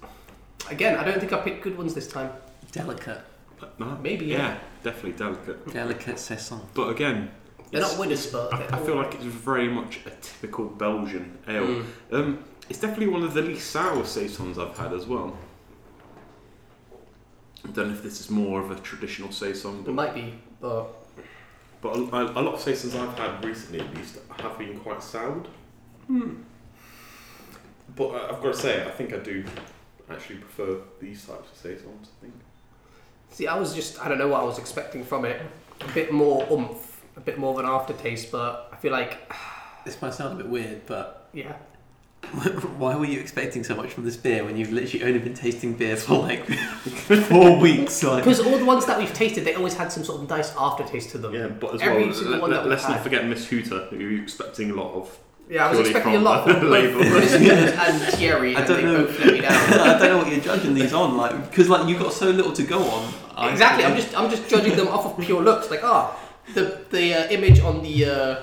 Speaker 1: Again, I don't think I picked good ones this time.
Speaker 3: Delicate.
Speaker 2: But no,
Speaker 1: Maybe,
Speaker 2: yeah,
Speaker 1: yeah.
Speaker 2: definitely delicate.
Speaker 3: Delicate saison.
Speaker 2: But again,
Speaker 1: They're
Speaker 2: it's-
Speaker 1: not winners, but
Speaker 2: I, I feel like it's very much a typical Belgian ale.
Speaker 1: Mm.
Speaker 2: Um, it's definitely one of the least sour saisons I've had as well. I don't know if this is more of a traditional saison,
Speaker 1: It
Speaker 2: but,
Speaker 1: might be, but
Speaker 2: but a, a lot of saisons I've had recently, at least, have been quite soured. Hmm. But I- I've got to say, I think I do actually prefer these types of saisons. I think.
Speaker 1: see, I was just I don't know what I was expecting from it. A bit more oomph, a bit more of an aftertaste, but I feel like
Speaker 3: This might sound a bit weird, but
Speaker 1: yeah,
Speaker 3: why were you expecting so much from this beer when you've literally only been tasting beer for like four weeks? Like,
Speaker 1: because all the ones that we've tasted, they always had some sort of nice aftertaste to them.
Speaker 2: Yeah, but as
Speaker 1: Every
Speaker 2: well,
Speaker 1: single
Speaker 2: let,
Speaker 1: one that we've
Speaker 2: us not
Speaker 1: had.
Speaker 2: forget Miss Hooter, who you're expecting a lot of.
Speaker 1: Yeah, I was
Speaker 2: Purely
Speaker 1: expecting a
Speaker 2: from
Speaker 1: lot
Speaker 2: the
Speaker 1: from both
Speaker 2: label.
Speaker 1: Chris and Thierry,
Speaker 3: I
Speaker 1: and
Speaker 3: don't
Speaker 1: they
Speaker 3: know.
Speaker 1: both let me down.
Speaker 3: I don't know what you're judging these on, like because like you've got so little to go on. I-
Speaker 1: Exactly, I'm just I'm just judging them off of pure looks. Like ah, the the uh, image on the uh,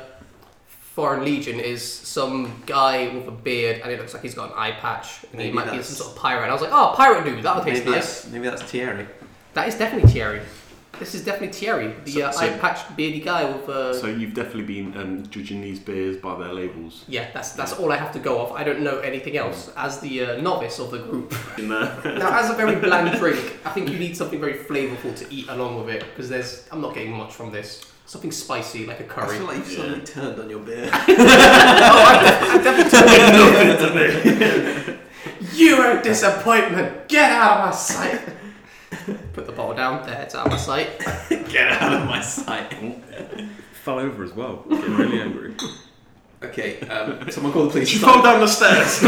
Speaker 1: Foreign Legion is some guy with a beard, and it looks like he's got an eye patch, and he
Speaker 3: Maybe
Speaker 1: might be
Speaker 3: that's-
Speaker 1: some sort of pirate. And I was like, oh, pirate dude, that'll
Speaker 3: maybe
Speaker 1: taste nice.
Speaker 3: that's, maybe that's Thierry.
Speaker 1: That is definitely Thierry. This is definitely Thierry, the
Speaker 2: So-
Speaker 1: uh,
Speaker 2: so-
Speaker 1: eye-patched beardy guy with. Uh,
Speaker 2: So you've definitely been um, judging these beers by their labels.
Speaker 1: yeah, that's that's all I have to go off. I don't know anything else as the uh, novice of the group.
Speaker 2: In there.
Speaker 1: now, as a very bland drink, I think you need something very flavourful to eat along with it because there's I'm not getting much from this. Something spicy like a
Speaker 3: I
Speaker 1: curry.
Speaker 3: feel like you've
Speaker 2: Yeah.
Speaker 3: suddenly turned on your beer.
Speaker 1: You're a disappointment. Get out of my sight. Put the bottle down. There, it's out of my sight.
Speaker 3: Get out of my sight.
Speaker 2: fell over as well. Getting really angry.
Speaker 3: Okay, um, someone call the police.
Speaker 2: She fell down the stairs.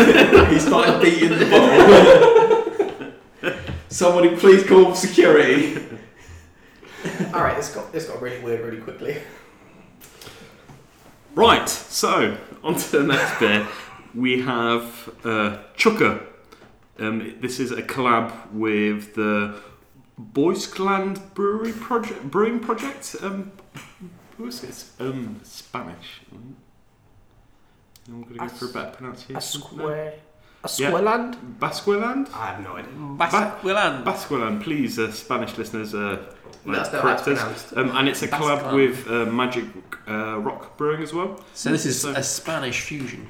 Speaker 3: He started beating the bottle. Somebody please call security.
Speaker 1: All right, this got this got really weird really quickly.
Speaker 2: right, so on to the next beer. We have uh, Chucker. Um, this is a collab with the Boyskland Brewery Project, Brewing Project. Um, who is this? Um, Spanish. I'm going to go for a better pronunciation.
Speaker 1: a
Speaker 2: Yeah. Basqueland?
Speaker 1: I have no idea.
Speaker 3: Willan.
Speaker 2: Basqueland, please, uh, Spanish listeners. Uh,
Speaker 1: That's not how it's
Speaker 2: correct us.
Speaker 1: pronounced.
Speaker 2: Um, and it's a
Speaker 3: That's
Speaker 2: collab
Speaker 3: clever.
Speaker 2: with uh, Magic uh, Rock Brewing as well.
Speaker 3: So this is
Speaker 2: So-
Speaker 3: a Spanish fusion.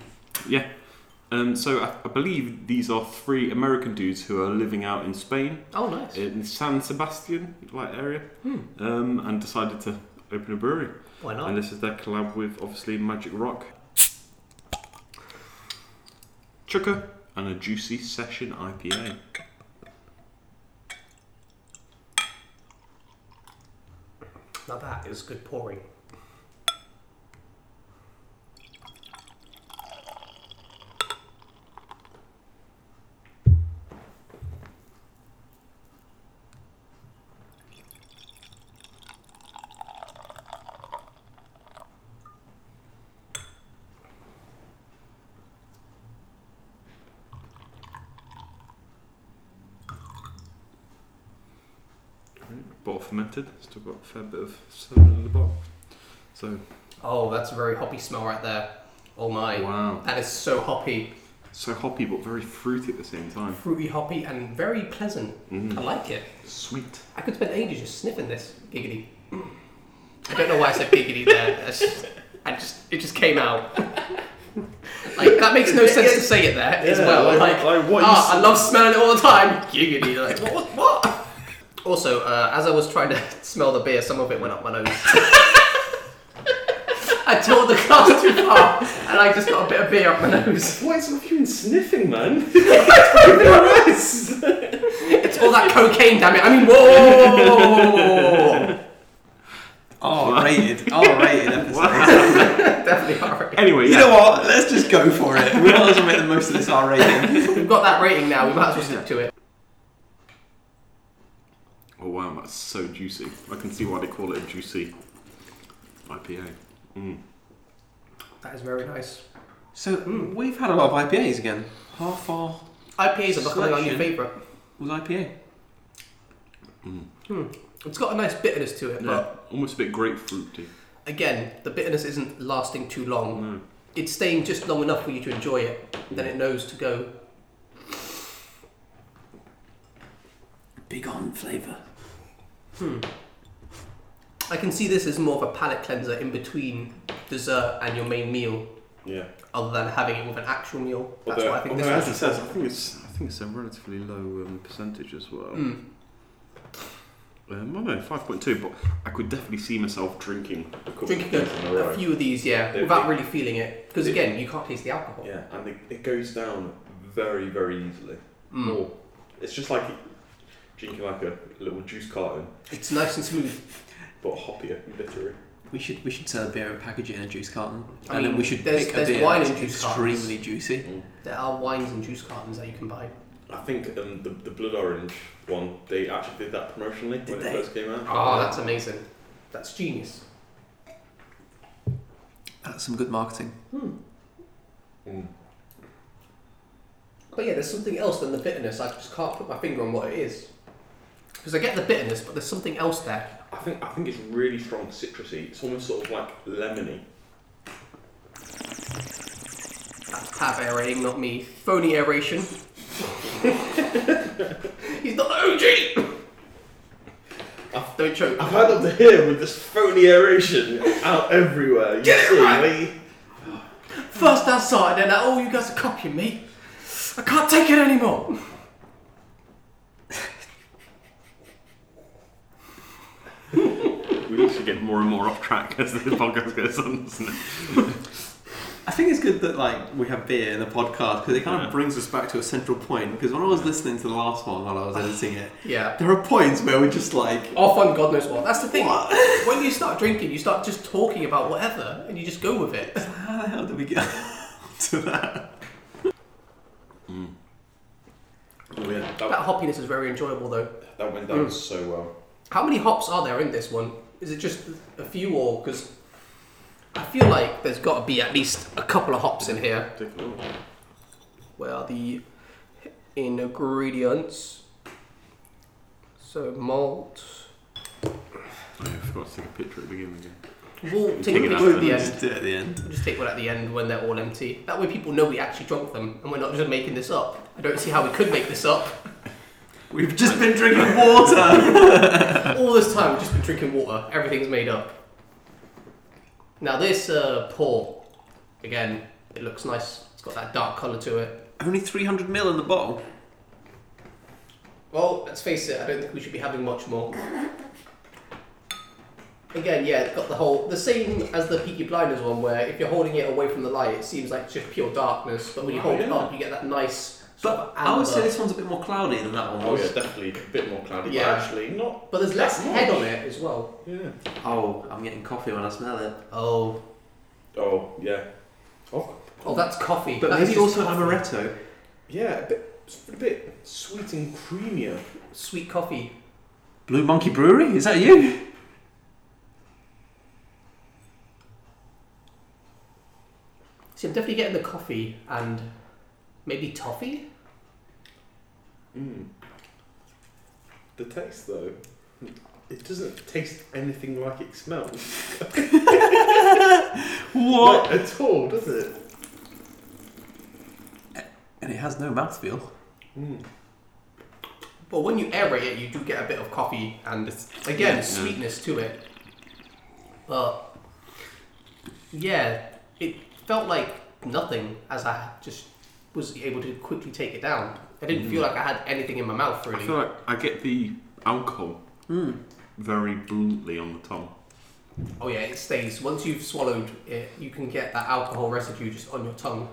Speaker 2: Um, so I, I believe these are three American dudes who are living out in Spain,
Speaker 1: Oh, nice.
Speaker 2: in San Sebastian like area,
Speaker 1: Hmm.
Speaker 2: um, and decided to open a brewery.
Speaker 1: Why
Speaker 4: Oh.
Speaker 2: And this is their collab with obviously Magic Rock. Chucker and a juicy session IPA.
Speaker 1: Now that is good pouring.
Speaker 4: Hmm.
Speaker 2: Bottle fermented, still got a fair bit of soda in the bottle. So
Speaker 1: Oh, that's a very hoppy smell right there. Oh my.
Speaker 2: wow,
Speaker 1: That is so hoppy.
Speaker 2: so hoppy but very fruity at the same time.
Speaker 1: Fruity hoppy and very pleasant. I
Speaker 4: Oh.
Speaker 2: Mm.
Speaker 1: like it.
Speaker 2: Sweet.
Speaker 1: I could spend ages just sniffing this. Giggity. I don't know why I said giggity there. That's just, I just it just came out. like that makes no sense to say it there as well. like,
Speaker 2: what you
Speaker 1: ah, I love smelling it all the time. Giggity. Like what? What? what? Also, uh, as I was trying to smell the beer, some of it went up my nose. I tore the glass too far, and I just got a bit of beer up my nose.
Speaker 4: Why is you been sniffing, man?
Speaker 1: It's all that cocaine, damn it! I mean, whoa!
Speaker 3: R rated, R rated episode.
Speaker 1: Definitely alright.
Speaker 2: Anyway,
Speaker 3: You
Speaker 2: yeah.
Speaker 3: know what? Let's just go for it. We might as well make the most of this R rating.
Speaker 1: We've got that rating now. We might as well stick to it.
Speaker 2: Oh wow, that's so juicy. I can see why they call it a juicy IPA. Mm.
Speaker 1: That is very nice.
Speaker 3: So we've had a lot of IPAs again. Half our
Speaker 1: IPAs are becoming our new
Speaker 3: Selection.
Speaker 1: favourite.
Speaker 3: was IPA.
Speaker 1: It's got a nice bitterness to it,
Speaker 2: Yeah, almost a bit grapefruity.
Speaker 1: but again, the bitterness isn't lasting too long.
Speaker 2: Oh, No.
Speaker 1: It's staying just long enough for you to enjoy it. Then it knows to go.
Speaker 3: Big on flavour.
Speaker 1: I can see this as more of a palate cleanser in between dessert and your main meal,
Speaker 2: Yeah.
Speaker 1: other than having it with an actual meal. That's
Speaker 2: although,
Speaker 1: what I think
Speaker 2: although as it
Speaker 1: this is.
Speaker 2: says, I think it's I think it's a relatively low um, percentage as well.
Speaker 1: Mm.
Speaker 2: Um, I don't know, five point two, but I could definitely see myself drinking a couple
Speaker 1: Drinking
Speaker 2: of things in a
Speaker 1: a,
Speaker 2: row.
Speaker 1: a few of these, yeah,
Speaker 2: They're
Speaker 1: without
Speaker 2: big.
Speaker 1: really feeling it, because
Speaker 2: They're-
Speaker 1: again, you can't taste the alcohol.
Speaker 2: Yeah, and it, it goes down very very easily.
Speaker 1: Mm.
Speaker 2: Or it's just like drinking like a little juice carton,
Speaker 1: It's nice and smooth.
Speaker 2: but hoppier, bitterer.
Speaker 3: We should we should sell beer and package it in a juice carton,
Speaker 1: I
Speaker 3: and then
Speaker 1: mean,
Speaker 3: we should
Speaker 1: there's-
Speaker 3: pick
Speaker 1: there's
Speaker 3: a beer
Speaker 1: wine
Speaker 3: that's
Speaker 1: in juice cartons.
Speaker 3: extremely juicy.
Speaker 1: There are wines and juice cartons that you can buy.
Speaker 4: I think um, the, the blood orange one, they actually did that promotionally
Speaker 3: Did
Speaker 4: when
Speaker 3: they?
Speaker 4: it first came out.
Speaker 1: Oh, that's amazing. That's genius.
Speaker 3: That's some good marketing.
Speaker 1: But yeah, there's something else than the bitterness. I just can't put my finger on what it is. Because I get the bitterness, but there's something else there.
Speaker 4: I think I think it's really strong citrusy. It's almost sort of like lemony.
Speaker 1: That's tab aerating, not me. Phony aeration. He's not the OG! Oh, Don't choke.
Speaker 4: I've had up to here with this phony aeration out everywhere. You
Speaker 1: Get it
Speaker 4: see
Speaker 1: right.
Speaker 4: me?
Speaker 1: First outside, and then, oh, you guys are copying me. I can't take it anymore.
Speaker 2: We literally get more and more off track as the podcast goes on, doesn't it?
Speaker 3: I think it's good that like we have beer in the podcast because it kind
Speaker 2: Yeah.
Speaker 3: of brings us back to a central point. Because when I was listening to the last one while I was editing it,
Speaker 1: Yeah.
Speaker 3: there are points where we're just like,
Speaker 1: Off on God knows what. That's the thing.
Speaker 3: What?
Speaker 1: When you start drinking, you start just talking about whatever, and you just go with it.
Speaker 3: how the hell did we get to that?
Speaker 4: Oh, yeah, that,
Speaker 1: That hoppiness is very enjoyable, though.
Speaker 4: that went down
Speaker 1: Mm.
Speaker 4: so well.
Speaker 1: How many hops are there in this one? Is it just a few or because I feel like there's got to be at least a couple of hops in here.
Speaker 2: Take a look.
Speaker 1: Where are the ingredients? So malt.
Speaker 2: Oh, yeah, I forgot to take a picture at the beginning again.
Speaker 1: We'll take
Speaker 2: Take
Speaker 1: a
Speaker 2: it
Speaker 1: picture
Speaker 2: after
Speaker 1: at the
Speaker 3: We'll
Speaker 1: end.
Speaker 3: just do it at the end.
Speaker 1: We'll just take one at the end when they're all empty. That way people know we actually drunk them and we're not just making this up. I don't see how we could make this up.
Speaker 3: We've just been drinking water.
Speaker 1: All this time we've just been drinking water. Everything's made up. Now this uh, pour, again, it looks nice. It's got that dark colour to it.
Speaker 3: Only 300 mil in the bottle.
Speaker 1: Well, let's face it. I don't think we should be having much more. Again, yeah, it's got the whole the same as the Peaky Blinders one, where if you're holding it away from the light, it seems like it's just pure darkness. But when you
Speaker 4: Oh,
Speaker 1: hold it
Speaker 4: yeah.
Speaker 1: up, you get that nice. Sort
Speaker 3: But
Speaker 1: of
Speaker 3: I would say
Speaker 1: amber.
Speaker 3: this one's a bit more cloudy than that one
Speaker 4: Oh yeah,
Speaker 3: was.
Speaker 4: definitely a bit more cloudy.
Speaker 1: Yeah.
Speaker 4: But actually, not.
Speaker 1: But there's less
Speaker 4: That's more
Speaker 1: head
Speaker 4: of
Speaker 1: on it as well.
Speaker 4: Yeah.
Speaker 3: Oh, I'm getting coffee when I smell it.
Speaker 1: Oh,
Speaker 4: Oh yeah. Oh
Speaker 1: oh, that's coffee.
Speaker 3: But
Speaker 1: That is
Speaker 3: maybe
Speaker 1: just
Speaker 3: also an
Speaker 1: coffee.
Speaker 3: amaretto.
Speaker 4: yeah, a bit, it's a bit sweet and creamier.
Speaker 1: sweet coffee.
Speaker 3: Blue Monkey Brewery? Is that you?
Speaker 1: See, I'm definitely getting the coffee and maybe toffee.
Speaker 4: Mm. The taste though, it doesn't taste anything like it smells.
Speaker 3: What?
Speaker 4: Like, at all, does it?
Speaker 3: And it has no mouthfeel.
Speaker 4: Mm.
Speaker 1: But when you aerate it, you do get a bit of coffee and again
Speaker 3: yeah.
Speaker 1: sweetness to it. But yeah, it felt like nothing as I just was able to quickly take it down. I didn't feel like I had anything in my mouth
Speaker 2: Mm. I
Speaker 1: really. Mm.
Speaker 2: feel like I get the alcohol very bluntly on the tongue.
Speaker 1: Oh yeah, it stays. Once you've swallowed it, you can get that alcohol residue just on your tongue.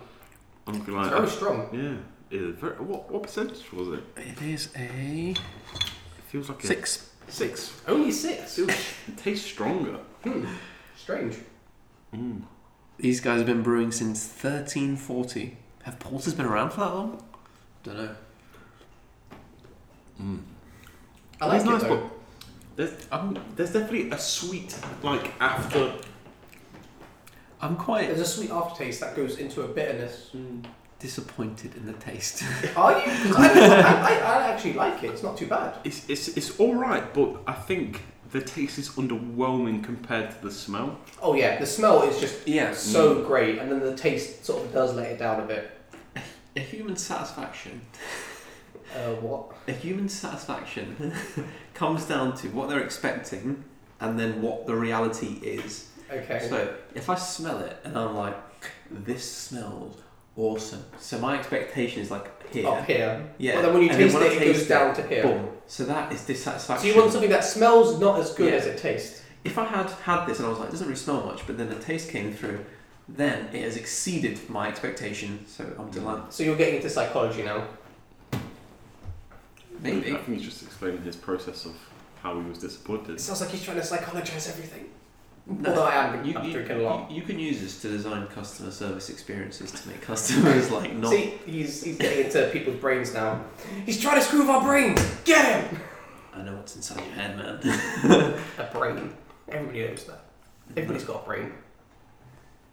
Speaker 2: I'm gonna
Speaker 1: It's
Speaker 2: like, oh,
Speaker 1: very strong.
Speaker 2: yeah, yeah, very, what what percentage was it?
Speaker 3: It is a
Speaker 2: It feels like
Speaker 3: six.
Speaker 2: a six.
Speaker 1: Only
Speaker 2: It
Speaker 1: six.
Speaker 2: feels it tastes stronger.
Speaker 1: Hmm. Strange.
Speaker 2: Mm.
Speaker 3: These guys have been brewing since 1340. Have porters been around for that long? Don't know.
Speaker 2: Mm.
Speaker 1: I like
Speaker 2: It's
Speaker 1: it
Speaker 2: nice,
Speaker 1: though.
Speaker 2: There's um, there's definitely a sweet like after.
Speaker 3: I'm quite
Speaker 1: There's a sweet aftertaste that goes into a bitterness.
Speaker 3: disappointed in the taste.
Speaker 1: Are you? 'Cause I, I, I, I actually like it. It's not too bad.
Speaker 2: It's it's it's all right, but I think the taste is underwhelming compared to the smell.
Speaker 1: Oh yeah, the smell is just
Speaker 3: yeah.
Speaker 1: so great, and then the taste sort of does let it down a bit.
Speaker 3: A human satisfaction.
Speaker 1: Uh, what?
Speaker 3: A human satisfaction comes down to what they're expecting and then what the reality is.
Speaker 1: Okay.
Speaker 3: So if I smell it and I'm like, this smells awesome. So my expectation is like here.
Speaker 1: Up here.
Speaker 3: Yeah.
Speaker 1: But then when you
Speaker 3: And
Speaker 1: taste
Speaker 3: I
Speaker 1: it, it goes
Speaker 3: taste
Speaker 1: down to here.
Speaker 3: Boom. So that is dissatisfaction.
Speaker 1: So you want something that smells not as good
Speaker 3: Yeah.
Speaker 1: as it tastes.
Speaker 3: if I had had this and I was like, it doesn't really smell much, but then the taste came through, then it has exceeded my expectation. So
Speaker 1: Mm.
Speaker 3: I'm delighted.
Speaker 1: So you're getting into psychology now.
Speaker 2: I
Speaker 3: Maybe.
Speaker 2: think he's just explaining his process of how he was disappointed.
Speaker 1: It sounds like he's trying to psychologize everything.
Speaker 3: No.
Speaker 1: Although I am
Speaker 3: You,
Speaker 1: I'm
Speaker 3: you,
Speaker 1: drinking a lot.
Speaker 3: you can use this to design customer service experiences to make customers like not.
Speaker 1: See, he's he's getting into people's brains now. He's trying to screw with our brains. Get him.
Speaker 3: I know what's inside your head, man.
Speaker 1: A brain. Everybody knows that. Everybody's got a brain.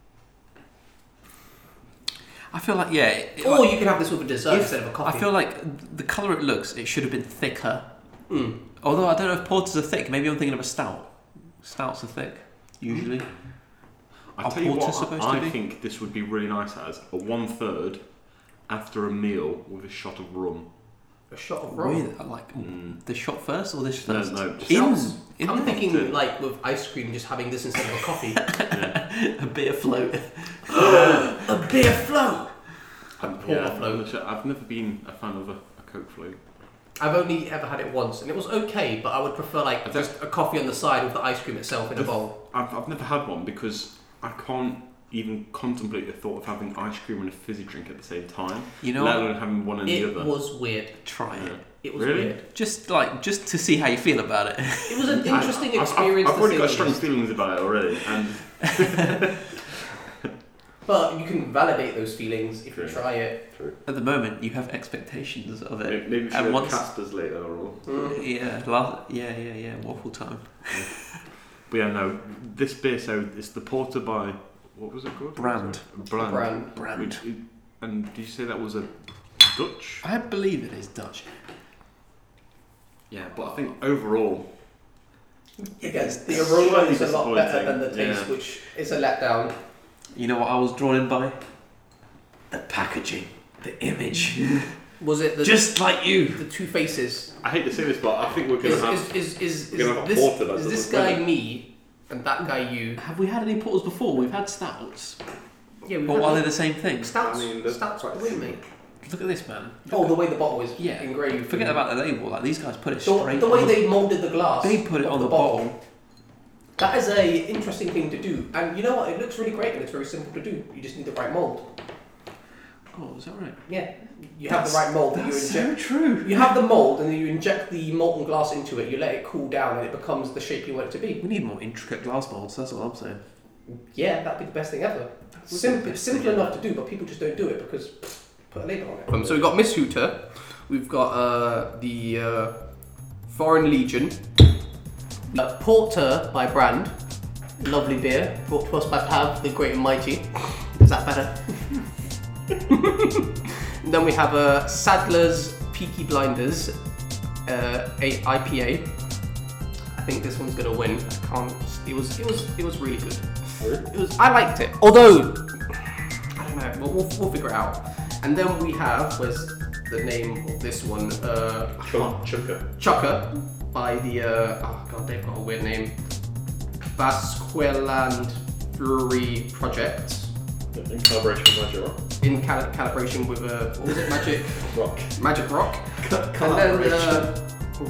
Speaker 3: I feel like yeah. it-
Speaker 1: Or you could have this with a dessert
Speaker 3: If-
Speaker 1: instead of a
Speaker 3: I
Speaker 1: coffee.
Speaker 3: feel like the colour it looks, it should have been thicker.
Speaker 1: Mm.
Speaker 3: Although I don't know if porters are thick. Maybe I'm thinking of a stout. Stouts are thick, usually.
Speaker 2: I
Speaker 3: Are
Speaker 2: tell you
Speaker 3: porters
Speaker 2: what,
Speaker 3: supposed to
Speaker 2: I
Speaker 3: be?
Speaker 2: think this would be really nice as a one third after a meal with a shot of rum.
Speaker 1: a shot of rum.
Speaker 3: With, like
Speaker 2: Mm.
Speaker 3: the shot first or this
Speaker 2: No,
Speaker 3: first?
Speaker 2: no, just-
Speaker 3: In,
Speaker 1: Stouts.
Speaker 3: in
Speaker 1: I'm thinking
Speaker 2: too.
Speaker 1: like with ice cream, just having this instead of a coffee.
Speaker 2: Yeah.
Speaker 3: a bit of float.
Speaker 1: a beer float.
Speaker 2: And-
Speaker 1: porter
Speaker 2: yeah,
Speaker 1: float.
Speaker 2: I'm not sure- I've never been a fan of a, a Coke float.
Speaker 1: I've only ever had it once, and it was okay, but I would prefer
Speaker 2: I
Speaker 1: like
Speaker 2: don't-
Speaker 1: just a coffee on the side with the ice cream itself in a
Speaker 2: The-
Speaker 1: bowl.
Speaker 2: I've, I've never had one because I can't even contemplate the thought of having ice cream and a fizzy drink at the same time,
Speaker 3: You know,
Speaker 2: let
Speaker 3: what?
Speaker 2: alone having one and
Speaker 1: It
Speaker 2: the other.
Speaker 1: was weird.
Speaker 3: try
Speaker 2: Yeah.
Speaker 3: it.
Speaker 1: It was
Speaker 2: Really?
Speaker 1: weird.
Speaker 3: Just like just to see how you feel about it.
Speaker 1: It was an
Speaker 2: I-
Speaker 1: interesting
Speaker 2: I've- I've-
Speaker 1: experience.
Speaker 2: I've,
Speaker 1: to
Speaker 2: already
Speaker 1: say
Speaker 2: got
Speaker 1: the
Speaker 2: strong
Speaker 1: least.
Speaker 2: feelings about it already, and
Speaker 1: But you can validate those feelings if you
Speaker 4: True.
Speaker 1: try it.
Speaker 3: At the moment, you have expectations of it.
Speaker 2: maybe maybe we should
Speaker 3: And
Speaker 2: have
Speaker 3: once-
Speaker 2: casters later or.
Speaker 1: Mm.
Speaker 3: Yeah, la- yeah, yeah, yeah. Waffle time.
Speaker 2: But yeah, no, this beer. So it's the porter by what was it called?
Speaker 3: Brand.
Speaker 2: Brand.
Speaker 1: Brand.
Speaker 3: Brand.
Speaker 2: Which, i- and did you say that was a Dutch?
Speaker 3: I believe it is Dutch.
Speaker 2: Yeah, but I think overall,
Speaker 1: Again, the
Speaker 2: it's
Speaker 1: aroma
Speaker 2: slightly
Speaker 1: is a lot better than the
Speaker 2: disappointing,
Speaker 1: taste, which
Speaker 2: yeah.
Speaker 1: is a letdown.
Speaker 3: You know what I was drawn in by? The packaging, the image.
Speaker 1: Was it the
Speaker 3: Just like you.
Speaker 1: the two faces?
Speaker 2: I hate to say this, but I think we're gonna
Speaker 1: Is,
Speaker 2: have.
Speaker 1: is, is, is,
Speaker 4: we're
Speaker 1: is
Speaker 4: gonna have a
Speaker 1: this,
Speaker 4: porter that
Speaker 1: is this
Speaker 4: doesn't
Speaker 1: guy me and that guy you?
Speaker 3: Have we had any porters before? We've had stouts.
Speaker 1: Yeah, we've
Speaker 3: But
Speaker 1: had
Speaker 3: are they the same thing?
Speaker 1: Stouts,
Speaker 4: I mean, they're
Speaker 1: stouts
Speaker 4: quite
Speaker 1: win
Speaker 4: similar.
Speaker 1: me.
Speaker 3: Look at this man.
Speaker 1: Oh, the way the bottle is
Speaker 3: Yeah.
Speaker 1: engraved.
Speaker 3: Forget about the label. Like these guys put it
Speaker 1: the,
Speaker 3: straight.
Speaker 1: the way
Speaker 3: on
Speaker 1: they moulded the glass.
Speaker 3: they put it
Speaker 1: of
Speaker 3: on the
Speaker 1: bottle.
Speaker 3: bottle.
Speaker 1: That is a interesting thing to do, and you know what? It looks really great, and it's very simple to do. You just need the right mold.
Speaker 3: Oh, is that right?
Speaker 1: Yeah, you have the right mold. that You
Speaker 3: That's
Speaker 1: inject.
Speaker 3: so true.
Speaker 1: You have the mold, and then you inject the molten glass into it. You let it cool down, and it becomes the shape you want it to be.
Speaker 3: We need more intricate glass molds. That's all I'm saying.
Speaker 1: Yeah, that'd be the best thing ever.
Speaker 3: the
Speaker 1: Simple,
Speaker 3: best
Speaker 1: simple
Speaker 3: thing
Speaker 1: enough to do, but people just don't do it because pfft, put a label on it. Um, so we've got Miss Hooter, we've got uh, the uh, Foreign Legion, uh, Porter by Brand, lovely beer brought to us by Pav the Great and Mighty. Is that better? then we have uh, Sadler's Peaky Blinders, uh, a IPA. I think this one's gonna win. I can't. It was. It was. It was really good. It was. I liked it. Although, I don't know. We'll, we'll, we'll figure it out. And then we have where's the name of this one? Uh, I can't-
Speaker 4: Chunk, chunker.
Speaker 1: Chucker by the uh, oh god, they've got a weird name. Basqueland Brewery Project
Speaker 4: In collaboration with Magic Rock.
Speaker 1: in cal- calibration with a what was it magic
Speaker 4: Rock.
Speaker 1: magic rock. And then
Speaker 3: Collaboration.
Speaker 1: uh,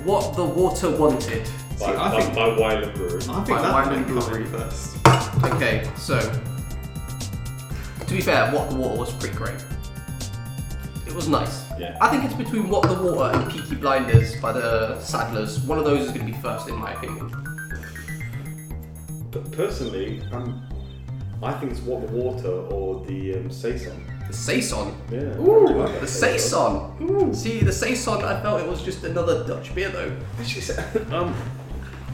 Speaker 1: what the water wanted.
Speaker 4: By,
Speaker 3: I
Speaker 4: by,
Speaker 3: think-
Speaker 4: by Wyland Brewery.
Speaker 3: I
Speaker 1: By
Speaker 3: think that
Speaker 1: Wyman
Speaker 3: might come
Speaker 1: Brewery.
Speaker 3: in first.
Speaker 1: Okay, so to be fair, what the water was pretty great. It was nice.
Speaker 4: Yeah.
Speaker 1: I think it's between What the Water and Peaky Blinders by the Saddlers. One of those is going to be first, in my opinion.
Speaker 4: But personally, um, I think it's What the Water or the um, Saison.
Speaker 1: The Saison
Speaker 4: Yeah.
Speaker 1: Ooh,
Speaker 4: I like that
Speaker 1: the
Speaker 4: flavour.
Speaker 1: Saison. See, the Saison, I felt it was just another Dutch beer though.
Speaker 4: Actually, sa- um,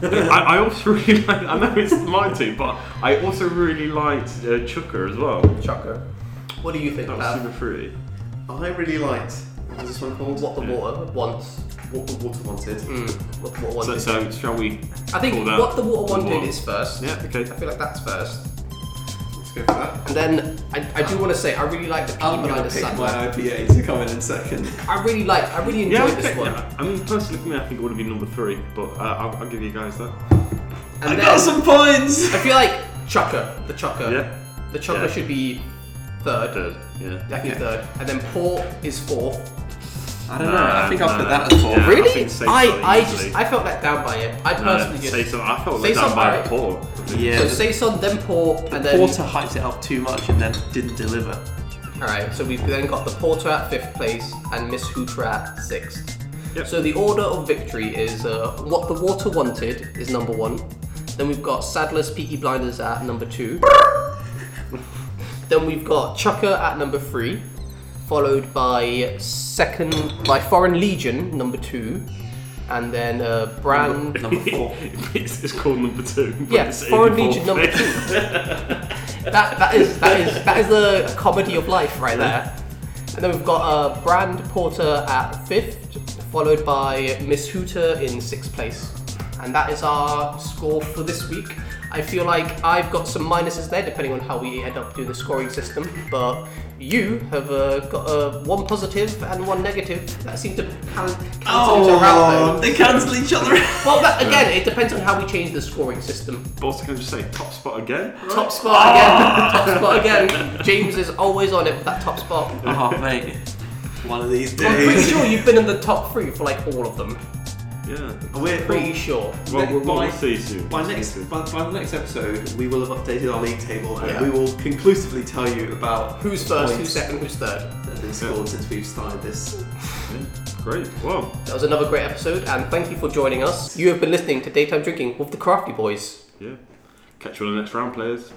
Speaker 2: I, I also really like, I know it's mine too, but I also really liked uh, Chucker as well.
Speaker 1: Choco. What do you think
Speaker 2: That was
Speaker 1: about
Speaker 2: super fruity.
Speaker 3: I really liked. What was this one called?
Speaker 1: what the water wants?
Speaker 3: What the water wanted.
Speaker 1: Mm, what the water
Speaker 2: So,
Speaker 1: wanted.
Speaker 2: so shall we?
Speaker 1: I think
Speaker 2: call that
Speaker 1: what the water
Speaker 2: the
Speaker 1: wanted
Speaker 2: water?
Speaker 1: is first.
Speaker 2: Yeah, okay.
Speaker 1: I feel like that's first.
Speaker 3: Let's go for that.
Speaker 1: And then I, I do want to say I really like the Peaky
Speaker 3: I'm gonna
Speaker 1: Blinders
Speaker 3: pick
Speaker 1: Saddler.
Speaker 3: my IPA to come in in second.
Speaker 1: I really like. I really enjoyed
Speaker 2: Yeah,
Speaker 1: this
Speaker 2: okay.
Speaker 1: one.
Speaker 2: yeah. I mean, personally for me, I think it would have been number three, but uh, I'll, I'll give you guys that.
Speaker 1: Uh, And
Speaker 3: I
Speaker 1: then
Speaker 3: got some points.
Speaker 1: I feel like Chucker, the Chucker,
Speaker 2: Yeah.
Speaker 1: the Chucker
Speaker 2: Yeah.
Speaker 1: should be third.
Speaker 2: Third. Yeah.
Speaker 1: I think
Speaker 3: Okay.
Speaker 1: third, and then Port is fourth.
Speaker 3: I don't know. I
Speaker 2: Nah,
Speaker 3: think I'll
Speaker 2: nah,
Speaker 3: put
Speaker 2: nah.
Speaker 3: that as four.
Speaker 2: Yeah. I
Speaker 1: really?
Speaker 2: think Saison
Speaker 1: I, I
Speaker 2: easily.
Speaker 1: just I felt let down by it. I personally
Speaker 2: Uh,
Speaker 1: just
Speaker 2: Saison, I felt
Speaker 1: Saison,
Speaker 2: let down by
Speaker 1: alright.
Speaker 2: Paul.
Speaker 1: So
Speaker 3: Yeah. the-
Speaker 1: Saison, then Port, and then.
Speaker 3: Porter hyped it up too much and then didn't deliver.
Speaker 1: Alright, so we've then got the Porter at fifth place and Miss Hooter at sixth.
Speaker 2: Yep.
Speaker 1: So the order of victory is uh, What the Water Wanted is number one. Then we've got Sadler's Peaky Blinders at number two. then we've got Chucker at number three, followed by second by Foreign Legion number two, and then uh, Brand
Speaker 3: Number four.
Speaker 2: it's, it's called number two. but
Speaker 1: Yeah,
Speaker 2: it's in
Speaker 1: Foreign
Speaker 2: fourth
Speaker 1: Legion number
Speaker 2: place.
Speaker 1: two. that that is that is that is the comedy of life right there. And then we've got uh, Brand Porter at fifth, followed by Miss Hooter in sixth place, and that is our score for this week. I feel like I've got some minuses there, depending on how we end up doing the scoring system. But you have uh, got uh, one positive and one negative that seem to cal- cancel each other out.
Speaker 3: Oh,
Speaker 1: Though.
Speaker 3: they cancel each other out.
Speaker 1: Well, that, again, it depends on how we change the scoring system.
Speaker 2: But also, can I just say, top spot again?
Speaker 1: Top spot again. top spot again. James is always on it with that top spot.
Speaker 3: Oh, mate. One of these
Speaker 1: I'm pretty
Speaker 3: days.
Speaker 1: sure you've been in the top three for like all of them.
Speaker 2: Yeah.
Speaker 3: We're
Speaker 1: Pretty sure.
Speaker 2: Well,
Speaker 3: Then
Speaker 2: we'll, we'll
Speaker 3: by-
Speaker 2: see soon.
Speaker 3: By next, by, by the next episode, we will have updated our league table and
Speaker 1: Yeah.
Speaker 3: we will conclusively tell you about
Speaker 1: Who's first, who's
Speaker 3: points
Speaker 1: second, who's third.
Speaker 3: that have been scored since we've started this.
Speaker 2: Great. Well,
Speaker 1: That was another great episode, and thank you for joining us. You have been listening to Daytime Drinking with the Crafty Boys.
Speaker 2: yeah. Catch you on the next round, players.